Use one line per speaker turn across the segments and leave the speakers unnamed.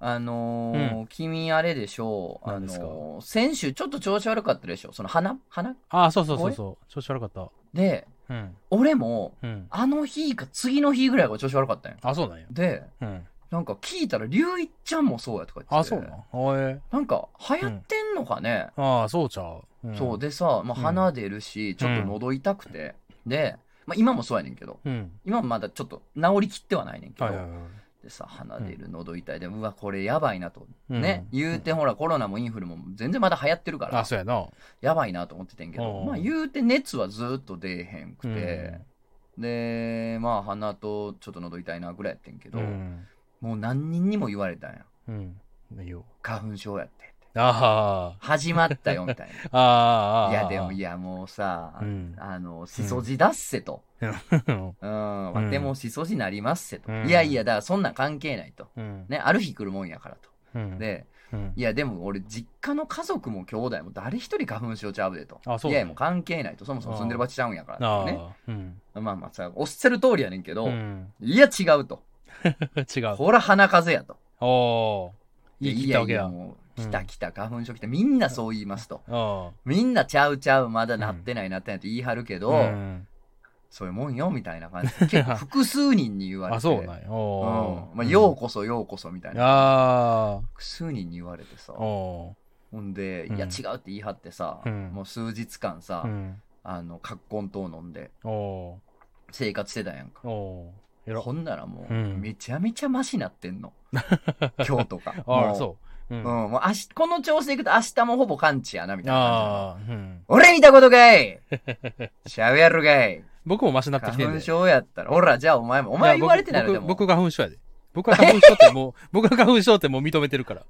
あのー君あれでしょう、あ
何ですか
のー先週ちょっと調子悪かったでしょその鼻鼻
ああ、そうそうそうそう。調子悪かった。
で、
うん。
俺も、
うん。
あの日か次の日ぐらいが調子悪かったんや。
あ、そうなんや。
で、
うん。
なんか聞いたら、龍一ちゃんもそうやとか言ってて。
あ、そうなん。おえ。
なんか、流行ってんのかね、
ああ、そうちゃう。うん
そう。でさ、まあ、
うん
鼻出るし、ちょっと喉痛くて。で、まあ、今もそうやねんけど、
うん。
今もまだちょっと治りきってはないねんけど、
はいはいはい。
でさ、鼻出る、喉痛いで、うわ、これやばいなと。
うん
ね、言うてほら、コロナもインフルも全然まだ流行ってるから。
あ、そうやな。
やばいなと思っててんけど、
うん
まあ言うて熱はずーっと出えへんくて、で、まあ鼻とちょっと喉痛いなぐらいやってんけど、
うん。
もう何人にも言われたんや。
うん。いいよ。
花粉症やってって。
あ
始まったよみたい
あ。あ
な。
あ。
いやでもい
や。
やもうさ、
うん。
あの、しそじだっせと。うん、わてもしそじなりますせと。
うん
いやいや、だからそんなん関係ないと。
うん。
ね、ある日来るもんやからと。
うん。
で、
うん、
いやでも俺実家の家族も兄弟も誰一人花粉症ちゃうでと。
あそう
い
ね
やいやもう関係ないと。そもそも住んでる場所ちゃうんやから
あ
と
あ、
ね。
うん。
まあまあさ、おっしゃる通りやねんけど、
うん、
いや違うと。
違う。
ほら鼻風邪やと。
おおー。言い切ったわけ
いやいや
や。
もう、
う
来
ん
た来た、花粉症来た。みんなそう言いますと。
あ
みんなちゃうちゃう、まだなってないなってないって言い張るけ
あ。
ど、
うん。
そういうもんよ、みたいな感 じで。結構複数人に言われて。
あ、そうなんや。
うん
おお。
まあ、ようこそようこそみたいな。
あ
複数人に言われてさ
あ。。お
ほんで、
うん
いや違うって言い張ってさ、
うん
もう数日間さ
お。う、ん。
あの、カッコン糖飲んで
おお
生活してたやんか
ー。。おーえら。
ほんならもう、
うん
めちゃめちゃマシなってん の。今日とか。
あ
も
あ、
う
そう。う。
うんん、
あ
もう明日、この調子でいくと明日もほぼ完治やな、みたいな感
あ。うん。
じ。俺見たことか いしゃべやるかい
僕もマシになってきて
花
ん
粉
で。
症やったら。ほら、じゃあお前も。お
お
前言われてないのでも。
僕が花粉症やで。僕は花粉症ってもう、 僕が花粉症ってもう認めてるから。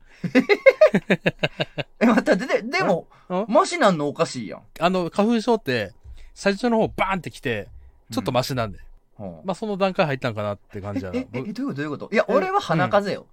え、また、で、ででも
ん、
マシなんのおかしいやん。
あの、花粉症って、最初の方バーンってきて、ちょっとマシなんで。
うん
まあ、その段階入ったんかなって感じやな。
え、え、え、どう
僕
いことど
いう
ういうこといや、俺は鼻風邪よ。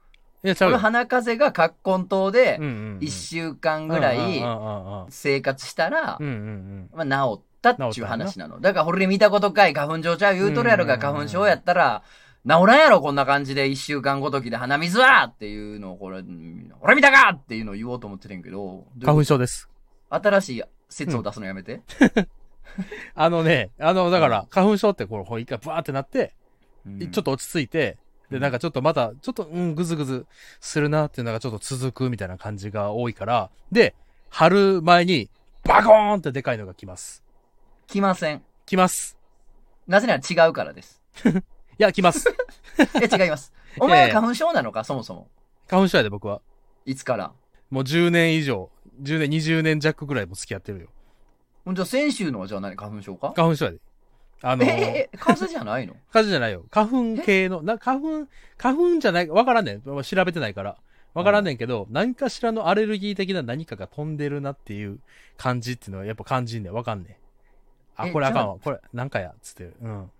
や、ちゃう
俺
よ。
鼻風邪が葛根糖で
うん、うんうん
1週間ぐらい
うんうんうんうん
生活したら
う、んうん
まあ、治ったっていう話なの。だから、俺見たことかい、花粉症ちゃう言うとるやろが、
うんうんうん
花粉症やったら、治らんやろ、こんな感じで、一週間ごときで鼻水はっていうのを、これ、うん俺見たかっていうのを言おうと思ってるんけど、
うん。花粉症です。
新しい説を出すのやめて。
あのね、あの、だから、花粉症って、こう、一回バーってなって、
うん
ちょっと落ち着いて、
う
で、
ん
なんかちょっとまた、ちょっと、うん、ぐずぐずするなっていうのがちょっと続くみたいな感じが多いから、で、春前に、バコーンってでかいのが来ます。
来ません。
来ます。
なぜなら違うからです。
いや、来 ます。
いや、違い ます。お前は花粉症なのか、そもそも。
花粉症やで、僕は。
いつから。
もう10年以上、10年、20年弱ぐらいも付き合ってるよ。
ほんじゃ、先週のはじゃあ何、花粉症か
花粉症やで。あ
え
の
え
ー、
ええ、風邪じゃないの
花粉じゃないよ。花粉系の、な、花粉、花粉じゃない、わからんねん。まあ調べてないから。わからんねんけど、何かしらのアレルギー的な何かが飛んでるなっていう感じっていうのはやっぱ感じんねん。わかんねん。あ、
え
これあか
じ
ん
ゃ
わ。これ、なんかや。つって。うん。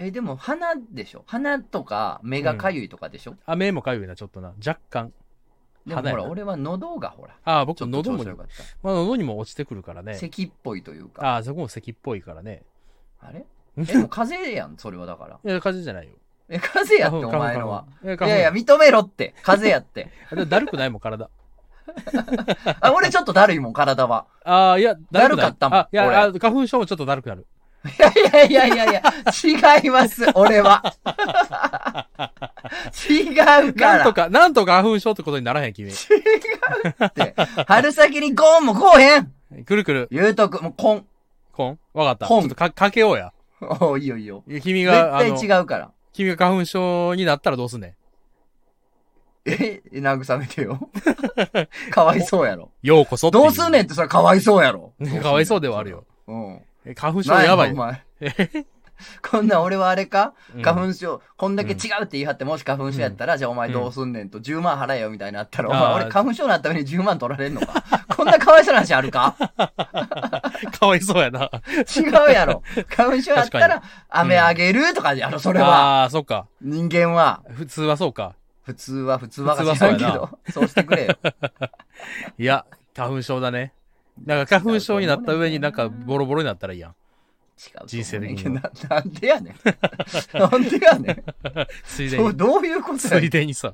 え、でも、鼻でしょ鼻とか、目がかゆいとかでしょ、
あ、目もかゆいな、ちょっとな。若干。
でも、
鼻
ほ
やな
ら、俺は喉がほら、
あ、僕
ちょっと
喉
調
も
子
に、
良か
ま
った。
あ、喉にも落ちてくるからね。
咳っぽいというか。
あ、そこも咳っぽいからね。
あれ
い
え、でも風邪やん、それはだから。
や、風邪じゃないよ。
え、風邪や
花
って、
粉
お前のは。。
花粉
い
花粉
やいや、
い
認めろって。風邪やって。
や、だるくないもん、体。
あ、俺ちょっとだるいもん、体は。
あーいや、だ
だる
るくない
かったもん
あ、いや、
俺
あ花粉症もちょっとだるくなる。
いやいやいやいやいや、違います、俺は。違うか
なん
ら。
とか、なんとか花粉症ってことにならへん、君。
って。春先にゴーンもこうへん
くるくる。
言うとく、もうこん。
コンわかった。ち
コ
ょ
ン
っとか、かけようや。
おういいよいいよ。
君
絶
が、あ
対
の、
違うから。
君が花粉症になったらどうすんねん。
え、慰めて よ。かわいそうやろ。
ようこそっていう
どうすんねんってそれかわいそうやろ。
かわいそうではあるよ。
うん。
え花粉症やばい
お。前。 こんなん俺はあれか
うん
花粉症、こんだけ違うって言い張って、もし花粉症やったら、じゃあお前どうすんねんと、10万払えよみたいになったら、お
あ
前
ー
俺花粉症になっために10万取られんのか こんなかわいそうな話ある か
かわいそうやな。
違うやろ。花粉症やったら、飴あげるとかやろ、それは。
ああー、そっか。
人間は、
普通はそうか。
普通は普通は
普
が
通
知ら
はそうん
け
やな
ど、そうしてくれよ。
いや、花粉症だね。なんか花粉症になった上になんかボロボロになったらいいやん。
違う。
人生的に
な。なんでやねん。 なんでやねん。
ついで
どう
に。
どういうことや
つ
ね
い
ん。
でにさ。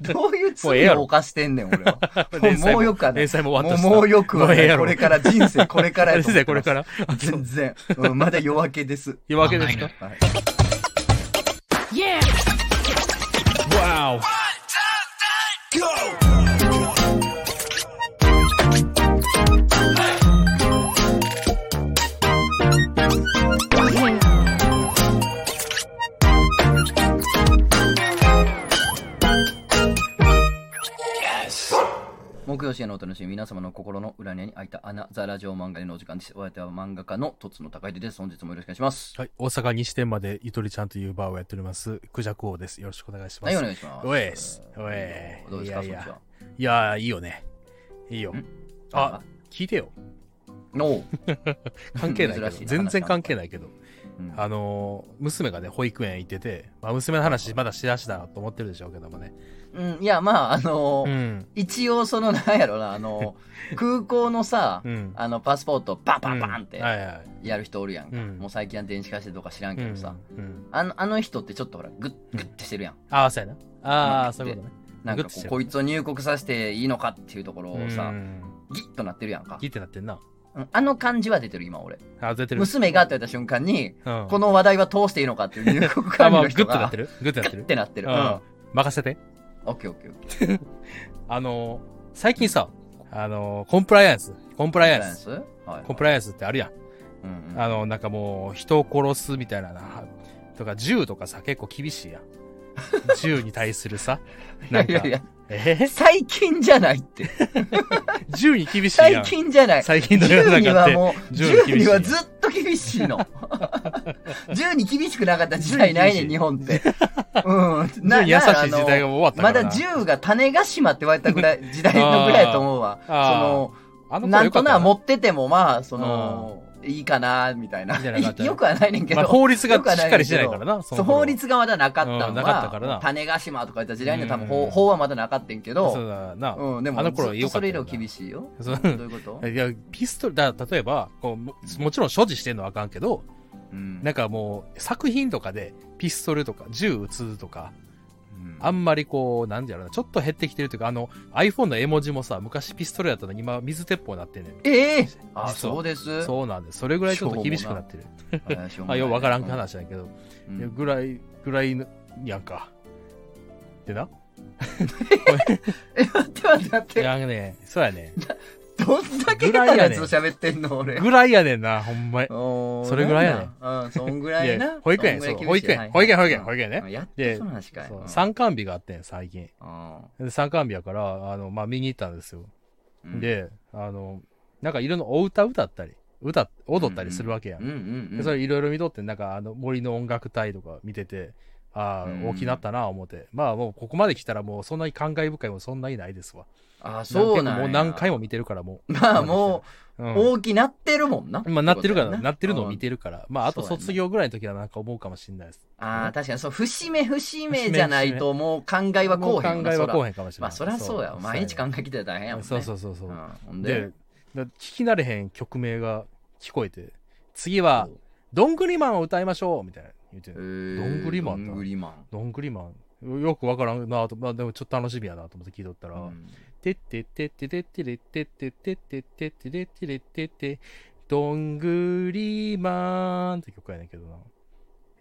どういう
もうええ
罪
や
を
ろ
犯してんねん、俺は。 も
連
う
載
も
も
うよくはない
連載も終わったし
も
さ
うもうよくはな
もうええ
い。
やろ
これから人生、これからやと
先
思ってま
生、
す
これから。あ
全然。うんまだ夜明けです。
夜明けですか
はい
?Wow!
木曜深夜のお楽しみ、皆様の心の裏に開いた穴、ザラジオ漫画でのお時間です。お相手は漫画家のとつの高秀です。本日もよろしくお願いします。
はい、大阪西店までゆとりちゃんというバーをやっております、クジャク王です。よろしくお願いしま
は
す。
い、お
い
願いします。
おえっすおえ
どうですか、
い
そっ
やいや
ちは。
やー、いいよね。いいよ
ん。
あ、聞いてよ。
おう
関係ないけど、
珍し
全然関係
い
ないけど、
うん。
あのー娘がね、保育園行ってて、まあ、娘の話まだしだしだなと思ってるでしょうけどもね。
うん、いや、まあ、あのー、
うん。
一応、その、なんやろな、あ のー、空港のさ
う、ん。
あの、パスポート、パンパンパンって
はいはい。
やる人おるやんか。
うん
もう最近は電子化してどうか知らんけどさ。
うんうん。
あの、あの人ってちょっとほら、グッ、グッてしてるやん。
ああ、そうやな。あ
う
あ、
ん
そういうことね。
なんか
グッ
こ
てして
う、
る
こいつを入国させていいのかっていうところをさ
う、ん
ギッとなってるやんか
聞。いてなってんな。
うんあの感じは出てる、今俺。
あ、出てる。
娘がって言った瞬間に、
うん
この話題は通していいのかっていう入国
あ、
管理
まあ、
の
グッ
人
とな
が
って、るグッとなって
グ
る
ッ。てなってる。
う
うん。
ん。任せて。
オッケーオッケーオッケー。
あのー最近さ、あのーコンプライアンス。コンプライアンス。
コンプライアンスはい。
コンプライアンスってあるやん。
うんうん
あの、なんかもう、人を殺すみたいなな、とか、銃とかさ、結構厳し いやん。銃に対するさ、なん
い
か
やい、やい
え
や、最近じゃないって。
銃に厳しいや
最
ん。
近じゃない。
最近の世
10
の
に
中っ
は
て。
もう、
銃に厳しい
10にはずっと厳しいの。10に厳しくなかった時代ないねん、
銃に厳しい
日本って。うん。
銃に優しい時代
が
が終わったか
ま
らな。
だ銃が種ヶ島って言われたぐらい、時代のぐらいやと思うわ。そ
あー
の、
あの頃
なん
よか
と
っ
な
た
持っててもまあそのいいかなみたいない
いんじゃなかった
よくはないねんけど、
まあ、法律が
よくは
しっかりしてないからな。
そ
そうの頃
法律がまだなかったのは、
うんなかったからな
種子島とか言った時代には多分
う
法
ん
法はまだなかったんけ
そう
ど、
だな。
うん、でも
あの
ずっと
頃良かった
それ以上
よな
厳しいよ
そう
どういうこと、
いや、ピストル、だ例えばこうも、もちろん所持してんのはあかんけど、
うん
なんかもう、作品とかで、ピストルとか、銃撃つとか、
うん
あんまりこう、なんだろうな、ちょっと減ってきてるというか、あの、iPhone の絵文字もさ、昔ピストルやったのに、今、水鉄砲になってんねん。
ええあ
そう
そうです
そうなんです。それぐらいちょっと厳しくなってる。
あしょうも
ま
な
あ、
い
ようわからん話だけど、
う
いや
ん
ぐらい、ぐらいの、やんか。ってな。
え待って待って待
い
っ
やね、そうやね。
てどんだけ下手なやつを喋ってんの俺
ぐらいやねんな、ほんまに。
おー
それぐらいやね
なんなんうんそんぐらい
い
な
や保育園
そんぐらい
そう
厳しい
保育園
はい
保育園保育園保育園ね
うんやっ
で
とその話かい
そう
うん
参観日があってん、最近。
あ
で参観日やから、あの、まあ、見に行ったんですよ。
ーうん
で、あの、なんかいろんなお歌歌ったり、歌、踊ったりするわけやん
うんうんう
で
ん
それいろいろ見とって、なんかあの森の音楽隊とか見てて、あ
うん
あ、大きなったな、思って。まあもうここまで来たらもうそんなに感慨深いもそんなにないですわ。
あーそうなんや
結構もう何回も見てるからもう。
まあも
う、
うん大きなってるもんな、
まあなってるから、
ね
なってるのを見てるから。まああと
そうやね
卒業ぐらいの時はなんか思うかもしれないです。
ああ確かにそう節目節目じゃないともう考えは
も
こ
う
うへん
考えはこう
へん
へんかもしれ
ま
ない。
あそりゃそうやわ毎日考
え
えきてたら大変やもんね
そうそうそうそうう。
んほん
で
で、
だ聞き慣れへん曲名が聞こえて、次は、どんぐりマンを歌いましょうみたいな言って
え。ー
どんぐりマンだ
どんぐりマン
どんぐりマンよくわからんなと、まあでもちょっと楽しみやなと思って聞いとったら、
うん
てってってってってってれってってってってってってれってれってってどんぐりまーんって曲やねんけどな。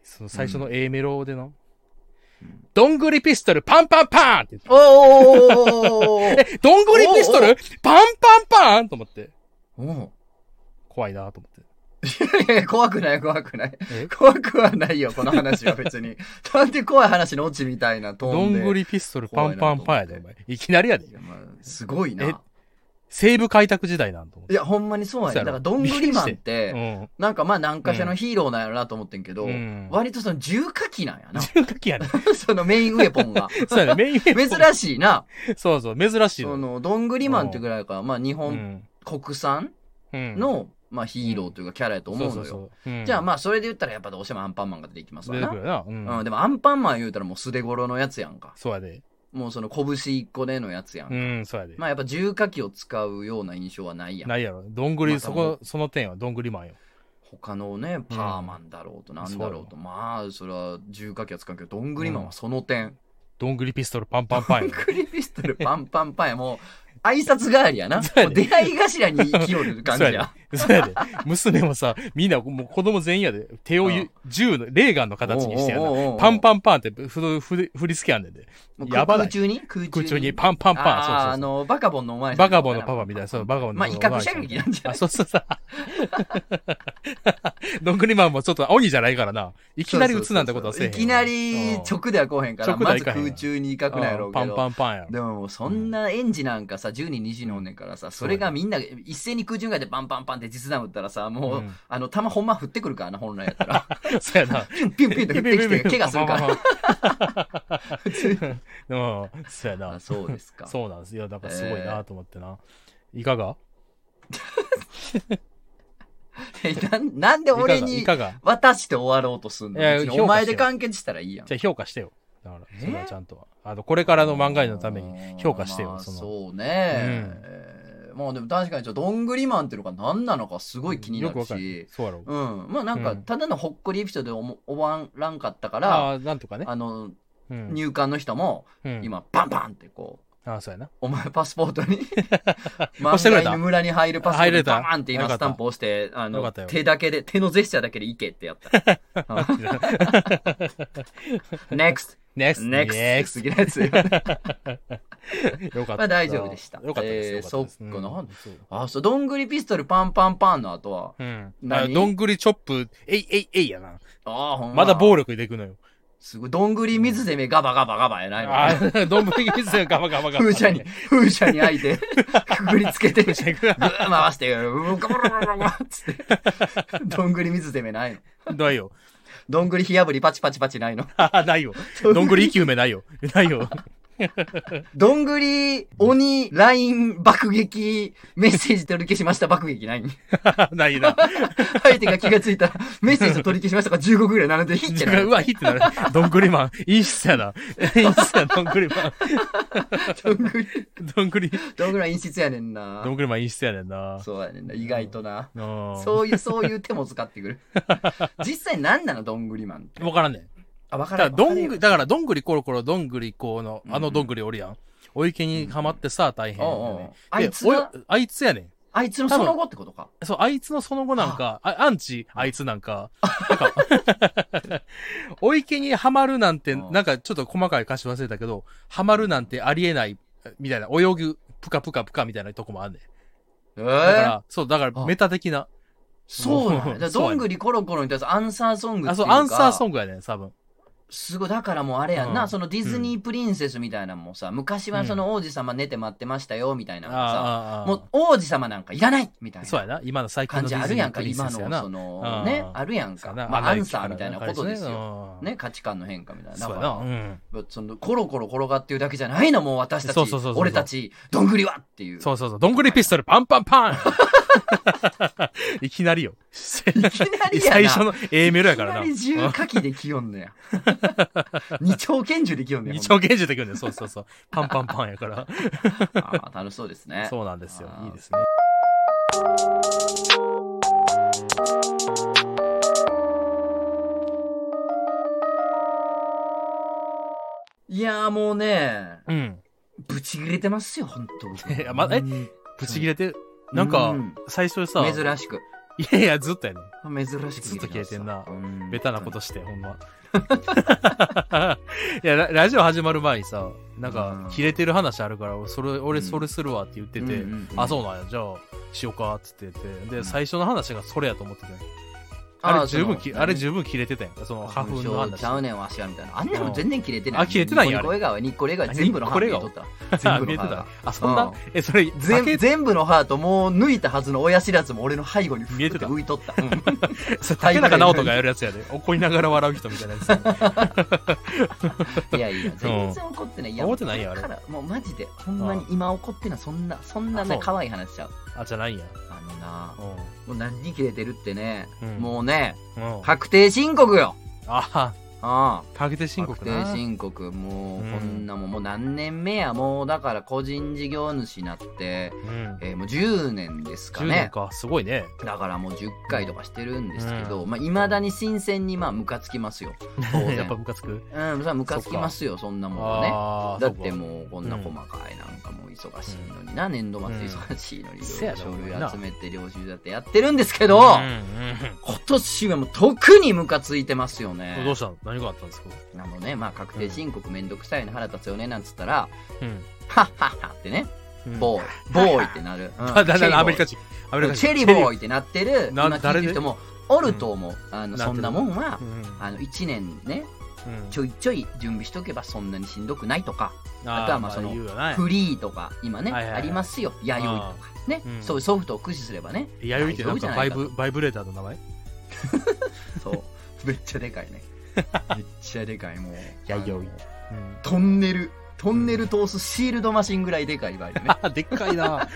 その最初の A メロでな。どんぐりピストルパンパンパンって言って
おーおー
え、どんぐりピスト
おうお
ルパンパンパンと思って。
おー お
怖いなと思って。
ーいや怖くない怖くない
え
怖くはないよこの話は別 になんで怖い話のオチみたいなト
ど
ーンで
んぐりピストルパンパンパンやで、お前。いきなりやで
い。やまあすごいな
え西部開拓時代なんと思っ
い
て。
や、ほんまにそうやね。
そ
だ
うや
か
ろ
ら、どんぐりマンって、
うん。
なんかまあ、何かしらのヒーローなんやろなと思ってんけど、
うん
割とその重火器なんやな。
中華機やね。
そのメインウェポン が。
そうやね。メインウェポン
珍しいな。
そうそう、珍しい
そ
の。
の、どんぐりマンってぐらいから、まあ、日
う
本
ん。
国産
うん、
の、まあ、ヒーローというかキャラやと思うのよ。
そうそうそう。うん
じゃあ、まあ、それで言ったら、やっぱどうしてもアンパンマンが出てきますわ
出てくる
な。
よな。うん。
うん、でもアンパンマン言うたらもうすでごろのやつやんか。
そうやで。
もうその拳一個でのやつやん。
うん、そうやで。
まあやっぱ重火器を使うような印象はないやん。
ないやろ。どんぐり、
また
そこ、その点はどんぐりマンよ。
他のね、パーマンだろうとなんだろうと、まあ、それは重火器はつかんけど、どんぐりマンはその点。
どんぐりピストルパンパンパン
どん
やな。
ぐりピストルパンパンパンや、もう、挨拶代わりやな。
そうや
もう
ね
出会い頭に生きよる感じ
そう
や
や。で。そうやで。娘もさ、みんなもう子供全員やで、手を
う
ゆ
ん
銃の、レーガンの形にしてや
おうおうおうお
な
う。
パンパンパンってふふ振り付けやんねんで。
もう
やばな
空中
い。
に空
空中に
ン
パンパンパン。そうそう
あ
そう
ーあの、バカボンのお前
バカボンのパパみたいな、そう、バカボンの
まあ、威嚇射撃なんじゃ
あ、
ない
そうそうそう。 どんぐりマンもちょっと鬼じゃないからな。いきなり撃つなんてことはせえへん。
いきなり直では来おへんから、
直では
ま
い
ず
かへんやん
空中に威嚇なんやろうけ
パン
ど。
パンパンやろ。
でももうそんな園児なんかさ、10人20人おんねんからさ、それがみんな一斉に空中外でパンパンパンって実弾打ったらさ、もう、
うん
あの、弾ほんま降ってくるからな、本来やったら。
そうやな。
ピュンピュンピュンと降ってきて、怪我するから。
ら。うん、そうや
あ
な。
そうですか。
そうなんですよ。だからすごいなと思ってな。いかが
えなんなんで俺
い
に
かがいか
渡して終わろうとすんの
いや
別に
評価しよう
お前で完結したらいいやん
がじ。ゃあ評価してよ。だから、
え
それはちゃんと。あの、これからの漫画のために評価して
ま
よ、
あ
その。
そうね。うまあでも確かにちょっとどんぐりマンっていうのが何なのかすごい気にな
よく
る
わかる
し。。
そうやろ。
うん。まあなんか、
うん
ただのほっこりエピソードでおも終わらんかったから、
ああ、なんとかね。
あの、
うん
入管の人も、
うん
今、バンバンってこう、
ああ、そうやな。
お前パスポートに、
押して
漫
くれ
画
た
犬村に入るパスポ
入
ート
れ
に
た
バンって
よ
今
かっ
ス
た
タンプ押して、あ
よか
の、
ったよ
手だけで、手のジェスチャーだけでいけってや った。NEXT!
next,
NEXT! 次のやつ。
よかった。
まあ大丈夫でした
よかったで
えー
す。よかたです
そっ
う
かなん
そう
あ、そう、どんぐりピストルパンパンパンの後は、
うん。
何
あどんぐりチョップ、えいえいえいやな。
ああ、ほん
まだ暴力でいくのよ。
すごい、どんぐり水攻めガバガバガバやないの、
あー、どんぶり水がガバガバガバ。
風車に、風車に開いて、くぐりつけて、ぐ
車に
ー回して、うーガバガバガバつって、どんぐり水攻めないの
ないよ。
どんぐり火炙りパチパチパチないの
あーないよ。どんぐり生き埋めないよ。ないよ。
どんぐり鬼ライン爆撃メッセージ取り消しました爆撃ないの
ないな。
相手が気がついたら、メッセージを取り消しましたが15ぐらい並んでヒッチゃないう
わ、いいってなる。どんぐりマン。いい質やな。いい質や、どんぐりマン。
どんぐり、
どんぐり、
どんぐらい陰湿やねん
ど。
なん
ぐりマンいい質やねんな。
そうやねんな、意外とな。
そ
そういう、そういう手も使ってくる。 実際何なの、どんぐりマンって。
わからんねん。
あ、わか
だからら、
ん。
どんぐ
わ
り、
か
だから、どんぐりコロコロ、どんぐりこうの、あ
うんう
の
ん
どんぐりおるやん。お池にはまってさ、大変や
おうおう
ね。
あ
で
いつが
おいあいつやねん。
あいつのその後ってことか。
そう、あいつのその後なんか、あアンチ、あいつなんか、なんか お池にはまるなんて、
うん
なんかちょっと細かい歌詞忘れたけど、はまるなんてありえない、みたいな、泳ぐ、ぷかぷかぷかみたいなとこもあんねん。
え
だから
ー、、
そう、だから
あ
メタ的な。
そうなんやだから
そう
ど
やね
んぐりコロコロに対するアンサーソングって
あ、
い
そうう、
か。
アンサーソングやねん、多分。
すごい、だからもうあれやんな、
うん
そのディズニープリンセスみたいなのもさ、昔はその王子様寝て待ってましたよ、みたいなのがさ、
あーあー、あー
もう王子様なんかいらないみたい
そう
な
やな。今の最近
感
の
じ
デ
あ
ィズ
る
ニ
や
ー
ん
プ
か、
リンセ
今
ス
の
やな。
その
あ、ー
ね、あるやん
そ
か。
うやな
まあ、ア
穴
ン
行き
サ
か
ー
ら
みたいなことですよ。。
ね。
ね、価値観の変化みたいな。だ
そう
か
や
ら
な。うん。
そのコロコロ転がってるだけじゃないのもう私たち
そうそうそうそう
俺たちどんぐりはっていう
そうそうそう。どんぐりピストル、パンパンパ ンいきなりよ。
いきなりやな
最初の A メロやから
い
な。
きなり重火器できよんねや二丁拳銃できよんねや
二丁拳銃できるんだよ。そうそうそう。パンパンパンやから。
ほんまあー楽しそうですね
そうなんですよ
あ。ー
いいですね。
いやーもうね
うん。
ぶち切れてますよ本当僕
いやまえ
うん
ぶち切れて、なんか
うん、
最初さ、
珍しく
いやいや、ずっとやね
珍しく
ずっと切れてんな
うん
ベタなことして、ほんま。 いやラ、ラジオ始まる前にさ、なん
うん
か、切れてる話あるから、それ、俺、それするわって言ってて
うんうんう、ん
あ、そうなんや、じゃあ、しようか、つってて、
う
で、
ん
最初の話がそれやと思って
ー
て。あれ十分
そ
き、
の
あれ十分切れてたやんか、その花粉
花
の
粉症
話
ち。ゃうねんわしはみたいなあんなの全然切れてない
あ切れてないん
ニ
や
ッコニコ笑顔やニッコレ顔や全部の歯
あニ
切れ
ッコ
とっ
レ
た
あ
全部の
見え
歯
て
が
た。 あ、そんな、
うん
え、それ、
全
竹
全部のハートもう抜いたはずの親知らずも俺の背後に見
見
え
え
て
て
て
た
浮いとった。
それ竹中直人がやるやつやで。怒りながら笑う人みたいなやつやで。
いやいや、全然怒ってない。や
怒ってないよあれ
だから、もうマジで、ほんまに今怒ってない、そんな、そんな
あ
ね、
そう
可愛い話しちゃう。
あ、じゃないんや。
あのな
う、ん
もう何に切れてるってね、
うん
もうね、
うん。
確定申告よ。
あ
ああ
確定申告
確
な
定申告もう
うん
こんなもん、もう何年目やもうだから個人事業主になって、
うん、
えーもう10年ですか
10年
ね
かすごいね
だからもう10回とかしてるんですけど
う
まあ、未だに新鮮にまあムカつきますよ当然
やっぱムカつく
うんそれはムカつきますよそんなもんはね
あー
だって
そうか
もうこんな細かいなんかもう忙しいのにな、年度末忙しいのにい
うん
ろいろ書
せや
類
な
集めて領収だってやってるんですけど、
うん
今年はもう特にムカついてますよ
うんど
ね
う。したの何があったんですか
あのね、まあ確定申告めんどくさいの腹立つよねなんつったら、
うん
はっはっはってね、
うん
ボーイ、ボーイってな る。うん
あだだだアメリカ
チ
人ア
ェ
メ
リ
リ
ーボーイチェリ
カ人
ーボー
イ
イってなってる、
な
今聞いてる人もおると思う。あの、
な
そんなもんは
う、ん
あの、1年ね、
うん
ちょいちょい準備しとけばそんなにしんどくないとか、
ー
あとはまあその
言うよな
フリーとか、今ね、
はいはいは
あ
い
りますよ。弥生とか。ね、
うん
そういうソフトを駆使すればね。
弥生ってなんかバイブバイブレーターの名前
そう。め っちゃでかい ね。めっちゃでかい、もう。
弥生
あのトンネル、トンネル通すシールドマシンぐらいでかいバイブね。
あでっかいな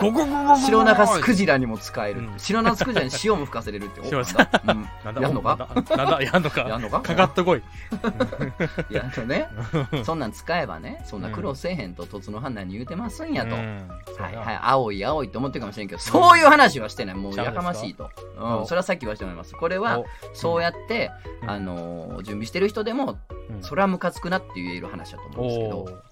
ゴゴゴゴゴゴ
白中スクジラにも使える。
うん
白中スクジラに塩も吹かせれるって。お
すいません
なんだう
なん
ん
だ
やんのか
なんだなんだやんの
や
か
んのか
かかっとこい
いや、あの ね、そんなん使えばね、そんな苦労せえへんと、突の判断に言うてますんやと。
と
はいはい、青い青いって思ってるかもしれんけど、そういう話はしてない。もう
ちゃうん
や
です
か
か
ましいと。
お
うん、それはさっき言わせてもらいます。これは、そうやって、あのー、準備してる人でも、それはムカつくなって言える話だと思うんですけど、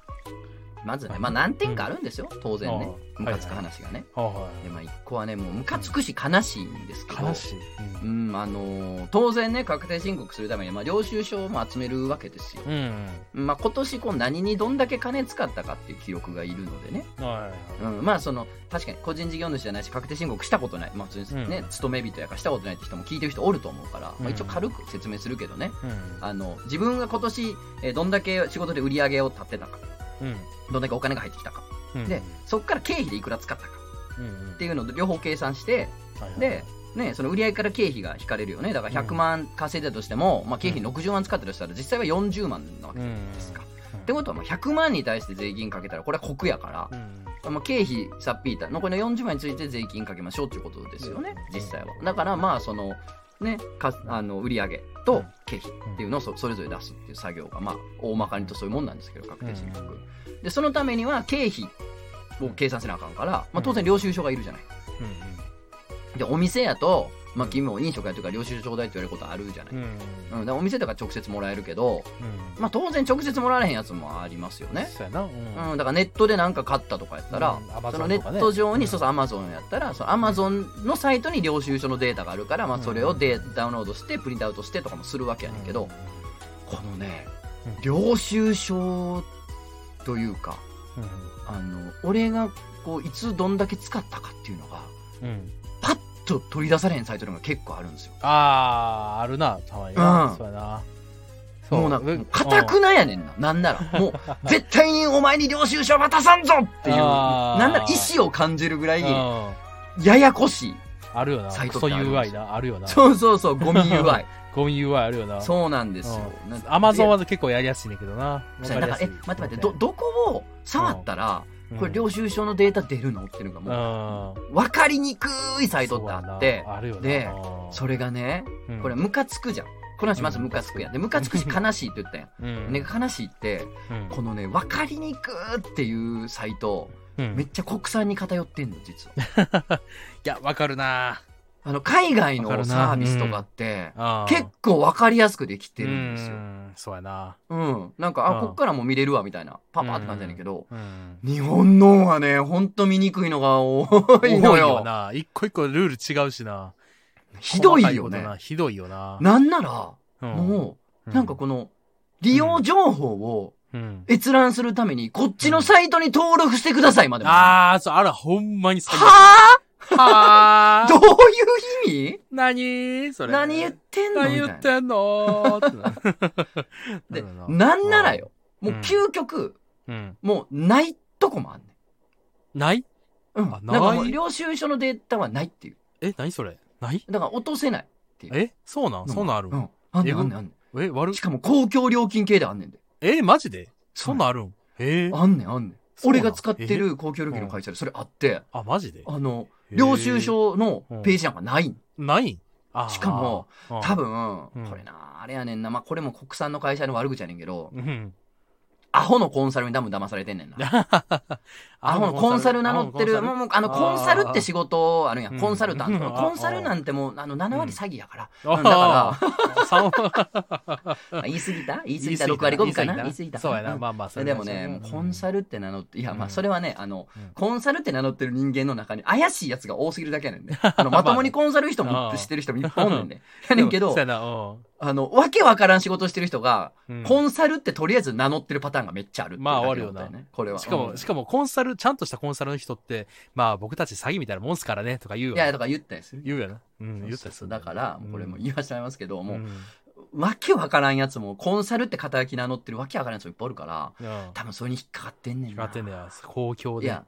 まずね、まあ何点かあるんですよ、当然ね。
うん
ムカつく話がね。
は
で、まあ一個はね、もうムカつくし悲しいんですけ
い
ど、
悲しい
うん、あのー当然ね、確定申告するために、まあ、領収書も集めるわけですよ。
うんうん
まあ、今年こう何にどんだけ金使ったかっていう記録がいるのでね、
は
うん、まあその確かに個人事業主じゃないし確定申告したことない、まあ普通にね
うん
勤め人やからしたことないって人も聞いてる人おると思うから、まあ、一応軽く説明するけどね、
い
あの自分が今年、えーどんだけ仕事で売り上げを立てたか
うん
どんだけお金が入ってきたか
うん
でそこから経費でいくら使ったか
うんうん
っていうのを両方計算して
はいはい
で、ね、その売り上げから経費が引かれるよね。だから100万稼いだとしても、まあ経費60万使ったとしたら、実際は40万なわけ
う
じゃ
ん
ないですか。ってことは、まあ100万に対して税金かけたら、これは国やから、
うん
まあ経費さっぴいた、残りの40万について税金かけましょうっていうことですよね、実際は。だから、まあその、ね、かあの売り上げと経費っていうのをそそれぞれ出すっていう作業が、まあ大まかにとそういうもんなんですけど、確定申告。で、そのためには経費を計算せなあかんから、まあ当然領収書がいるじゃない。でお店やと、まあ、君も飲食やというから領収書ちょうだいって言われることあるじゃない、
うんうん
うんだからお店とか直接もらえるけど、
うん
まあ、当然直接もらえへんやつもありますよね、
そうやなう
うんん、だからネットでなんか買ったとかやったら、
うん Amazon
そのネット上に、そうそうアマゾンやったらそのアマゾンのサイトに領収書のデータがあるから、まあ、それをデーダウンロードしてプリントアウトしてとかもするわけやねんけど、このね
うん
領収書というか
うん
あの俺がこういつどんだけ使ったかっていうのが
うんうん
パッと取り出されへんサイトのが結構あるんですよ
あーあるなたまに
うん
なそうやなそ
もうなんか、
ん
かたくなやねんな。なんな ら。もう、絶対にお前に領収書渡さんぞっていう、
あー
なんなら意志を感じるぐらい、
うん
ややこしい。
あるよな。
サイト
ク
って
ソ
あるんです
UI な。あるよな。
そうそうそう、ゴミ UI。
ゴミ UI あるよな。
そうなんですよ。
うん
なんか
アマゾンは結構やりやすいねんけどな。わ
そうな
か
ん
り
か
やす
え、
い
待って待って、ど、どこを触ったら、
うん
これ領収書のデータ出るのっていうのが
うん。
もう、わかりにくいサイトってあって
そうや、なあるよな。
で
うん
それがね、これ、ムカつくじゃん。この話まずムカつくやん。で、ムカつくし悲しいって言ったや
うん
ん。ね、悲しいって、
うん
このね、わかりにくっていうサイト、
うん
めっちゃ国産に偏ってんの、実は。
いや、わかるな。
あの、海外の
わかるな
サービスとかって、
あー
結構わかりやすくできてる
うん
ですよ。
んそうやな。
うん。なんか、あ、
うん
こっからも見れるわ、みたいな。パパって感じやねんけど、
うん。
日本のはね、ほんと見にくいのが多いの
多
よ。
な。一個一個ルール違うしな。
ひどい
細か
よ
こと
ね。
なひどいよな。
なんなら、
うん
もう、なんかこの、利用情報を
うん。
閲覧するために、こっちのサイトに登録してくださいまでも。は
あー、そう、あら、ほんまに 最悪
ぁ
は
どういう意味
何それ。
何言ってんの
何
み
言
たい
っ
な。
てんのってな
で
な、るな
なんならよ、もう
うん
究極、
うん。
もうないとこもあんねん。
ない
うん。なん
あ
かも
な
う
い
領収書のデータはないっていう。
え、何それない
だから落とせない。
え、そうなんそうなんある
うん。あんね
え
んあんねんあんね
え、悪
ん。しかも公共料金系であんねんで。
え、マジでそんなんあるんへえ。
あんねんあんねん。
そうな
俺
ん
が使ってる公共料金の会社でそれあって、
あ、マジで
あの、
へー
領収書のページなんかないん。
ないんあー
しかも、
うん
多、分、
うん
これな、あれやねんな。まあ、これも国産の会社の悪口やねんけど、
うん。
アホのコンサルに多分騙されてんねんな。 ア
あ
ホのコンサル名乗ってる。もう、
も
もうあの、
あー
コンサルって仕事あるや。
うんん
コンサルタン
う
ト。
ん
コンサルなんてもう、あの、7割詐欺やから。
だ。
うんだから
三割
あ言い過ぎた 言い過ぎた6割5分かな言い過ぎた。
そうやな。
ん
まあまあ、それ
でもね、もうコンサルって名乗って、いや、まあ、それはね、あの
うん、
コンサルって名乗ってる人間の中に怪しいやつが多すぎるだけやね んね。あの、まともにコンサル人
まあ
も
ね
してる人もいっぱいおんねんね。やねんけ
でも
ど
そう、やな、う
あの、わけわからん仕事してる人が、
んうん。
コンサルってとりあえず名乗ってるパターンがめっちゃあるっていう
まあ
だけのことやね
ある
これは。
しか
う
も、
ん
しかもコンサル、ちゃんとしたコンサルの人って、まあ僕たち詐欺みたいなもんすからね、とか言うよ
い
な。
や、とか言ったりする。
言うよな。うん、言っ
そ
た
う
り
そ
す
う
る。
だから、もうこれも言わしちゃいますけど、
うん、
もう
うん、
わけわからんやつも、コンサルって肩書き名乗ってるわけわからんやつもいっぱいおるから、多分それに引っかかってんねん
決
な。
まってんだよ。公共
い
で。
や、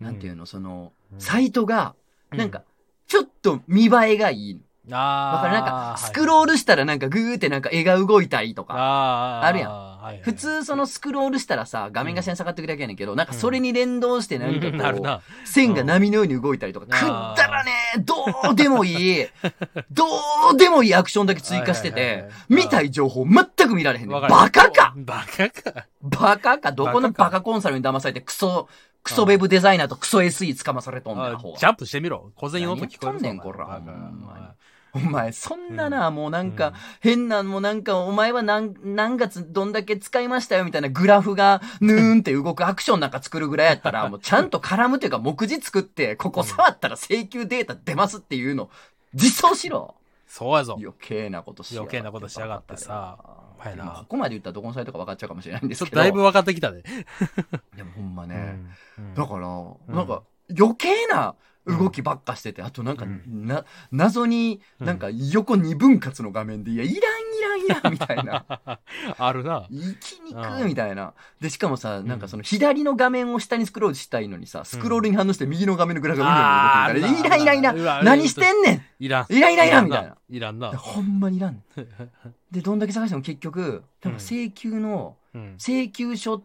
なんていうの、その、
うん
サイトが、
う
なんか、、ちょっと見栄えがいいの。
あー
わかるなんか、スクロールしたらなんかグーってなんか絵が動いたりとか。
あー
あるやん
はいはい
普通そのスクロールしたらさ、画面が下に下がっていくだけやねんけど、なんかそれに連動してなんか
うんなる
こ
な。
う、線が波のように動いたりとか、
ん
くったらねえ、どうでも いい、どうでもいいアクションだけ追加して
はいはいは
て
い、
見たい情報全く見られへんねん。
わる
バカか
バカか
バカかどこの
バカか
バカコンサルに騙されて、クソ、クソウェブデザイナーとクソ SE つかまされとんねん、ア
あ
ホが
ジャンプしてみろ。小銭の音聞こえるぞ
何やっとんねん
お前
こらほ
バカ
んまにお前、そんなな、もうな
お前
んか、変な、もうなんか、お前は何、何月どんだけ使いましたよみたいなグラフが、ぬーんって動くアクションなんか作るぐらいやった ら、もうちゃんと絡むというか、目次作って、ここ触ったら請求データ出ますっていうの、実装しろ
そうやぞ。
余計なことしやがって。
余計なことしやがってさ
バカだよ
お前な
まあここまで言ったらどこのサイトか分かっちゃうかもしれないんで
ち
す
ょ
け
っと
ど。
だいぶ。分かってきたね。
でもほんまね。
うん
だから、なんか、余計な動きばっかしてて、あとなんか、
うん
な、謎に、
うん
なんか横二分割の画面で、いや、いらんいらんいらん、みたいな。
あるな。
行きに
う
く、
ん
みたいな。で、しかもさ、
ん
なんかその左の画面を下にスクロールしたいのにさ、スクロールに反応して右の画面のグラフ
あ
が見
ー
るように動いてるから、いらんいらんい
あるな
らん。
あるな
何してんね
いらん。
んいらんいらんいらん、みたいな。。
いらんな。
ほんまにいらん。で、どんだけ探しても結局、なんか請求の、
うん
請求書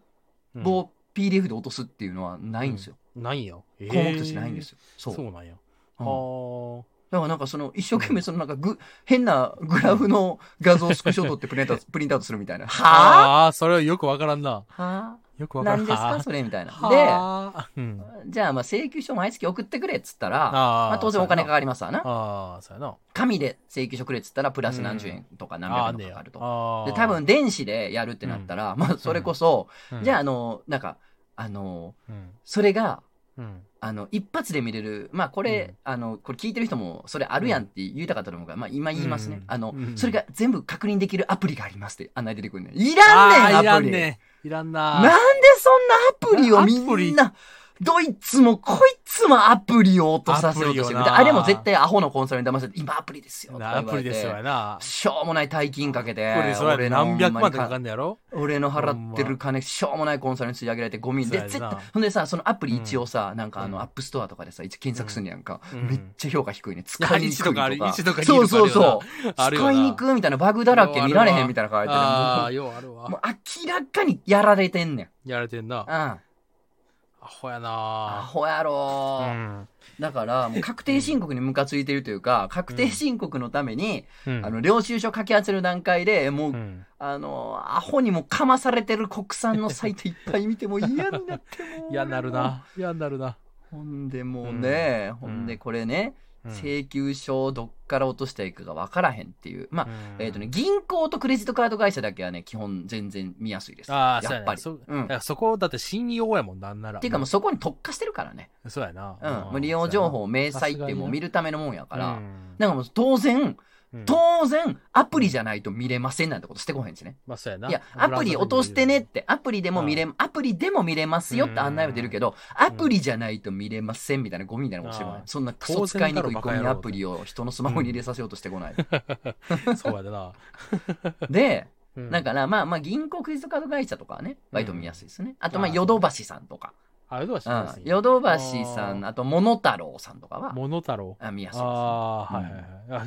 を PDF で落とすっていうのはないんですよ。
ないよ。項
項目としてないんですよ。そう。
そうなんや。
うん
は
だからなんかその一生懸命そのなんかぐ、変なグラフの画像をスクショ取ってプリントアウトプリントアウトするみたいな。
あ。
はぁ
あー、それはよくわからんな。
は
よく
ぁ
わから
何
ん。
ですかそれみたいな。
はーうん
で、じゃあまあ請求書毎月送ってくれっつったら、
あー
まあ当然お金かかりますわな。
ああ、そうやな。
紙で請求書くれっつったらプラス何十円とか何
あー
百円とかかかると。
あー
で、多分電子でやるってなったら、まあそれこそ、じゃああ、の、なんか、あの、
うん
それが、
うん
あの、一発で見れる、まあこれ、あの、これ聞いてる人も、それあるやんって言いたかったと思うから、まあ今言いますね。
うん
あの、
うん
それが全部確認できるアプリがありますって案内出てくるね。いらんね
あー
ん、
い
ア
ら
プ
ん
リ。
ねんいらんな。
なんでそんなアプリをみ
アプリ
んな、どいつもこいつもアプリを落とさせようとしてる。
アプリよな
あれも絶対アホのコンサルに騙されて、今アプリですよ。と
な
か
ア
言わ
プ
れ
リ
て
ですよやな。
しょうもない大金かけて
これ、それ
俺の
何百万
ほ
とかか
んま
か
に
んねやろ
俺の払ってる金、しょうもないコンサルに吸い上げられてゴミで、
そうやな
絶対、ほんでさ、そのアプリ一応さ、なんかあ
う
の、
ん
アップストアとかでさ、一応検索すんねやんか。
うん
めっちゃ評価低いね。使いにくい
1とかある、1とか2
そうそう
とかあるよな
そう。
あるよ
使
ない
にくいみたいな、バグだらけ見られへんみたいな書いて
ああ、
る。
ようあるわ。
もうもう明らかにやられてんねん。
やられてんな
う。ん。
アホや
ア
な。
ホやろ
う
ー、
ん
だから、もう確定申告にムカついてるというか、確定申告のために、
うん
あの、領収書書き集める段階で、もう、
うん
あの、アホにもかまされてる国産のサイトいっぱい見て、もう嫌になってもう。
嫌なるな。嫌なるな。
ほんでもうね、ほんでこれね、請求書をどっから落としていいかが分からへんっていう。まあ、えっ、とね、銀行とクレジットカード会社だけはね、基本全然見やすいです。
ああ、そう
や
や
っ
ね
ぱり。
そうだ
ん。
からそこだって信用やもん、なんなら。
っていうかもうそこに特化してるからね。
う、そうやな。
うん。もう利用情報、明細っていうもう見るためのもんや
か
から。なんかもう当然、当然、アプリじゃないと見れませんなんてことしてこへんしね。
まあ、そうやな。
いや、アプリ落としてねって、アプリでも見れ、アプリでも見れますよって案内は出るけど、アプリじゃないと見れませんみたいなゴミみたいなことしてこない
あ。ー
そんなクソ使いにくい
当然だ
ゴ
ろバカ
ミ
野郎
アプリを人のスマホに入れさせようとしてこない。
そうやでな。
で、
うん
だからまあまあ銀行クレジットカード会社とかはね、バイト見やすいですね。あとまあ
あー
ヨドバシさんとか、
あれどうはし
う
ま
ん
す
ヨドバシさん、
あ
あとモノタロウさんとかは
ーモノタロウ。
あ見やすいですね。
ああ、
う
は
ん
いはい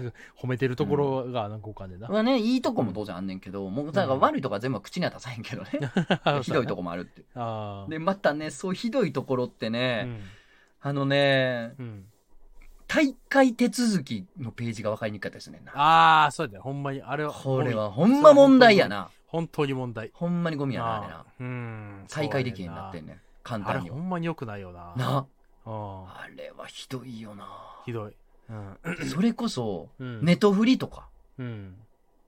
はい。あ褒めてるところがなんかお金だ。
まあね、いいとこも当然あんねんけど、もうだから悪いとこは全部口には出さへんけどね。ひどいと
こ。
こもあるって。
ああ。
で、またね、そうひどいところってね、
うん
あのね、
うん
大会手続きのページが分かりにくかったですねんな。
ああ、そうやね。ほんまに、あれは。
これはほんま問題やな。
本当に問題。
ほんまにゴミやな、あれな
あ。ーうん。
再開できへんなってんねん。簡
あれ
単に
ほ
は。
んまに良くないよな。
な。
うん。
あれはひどいよな。
ひどい。うん。
それこそ、
うん
ネトフリとか
うん。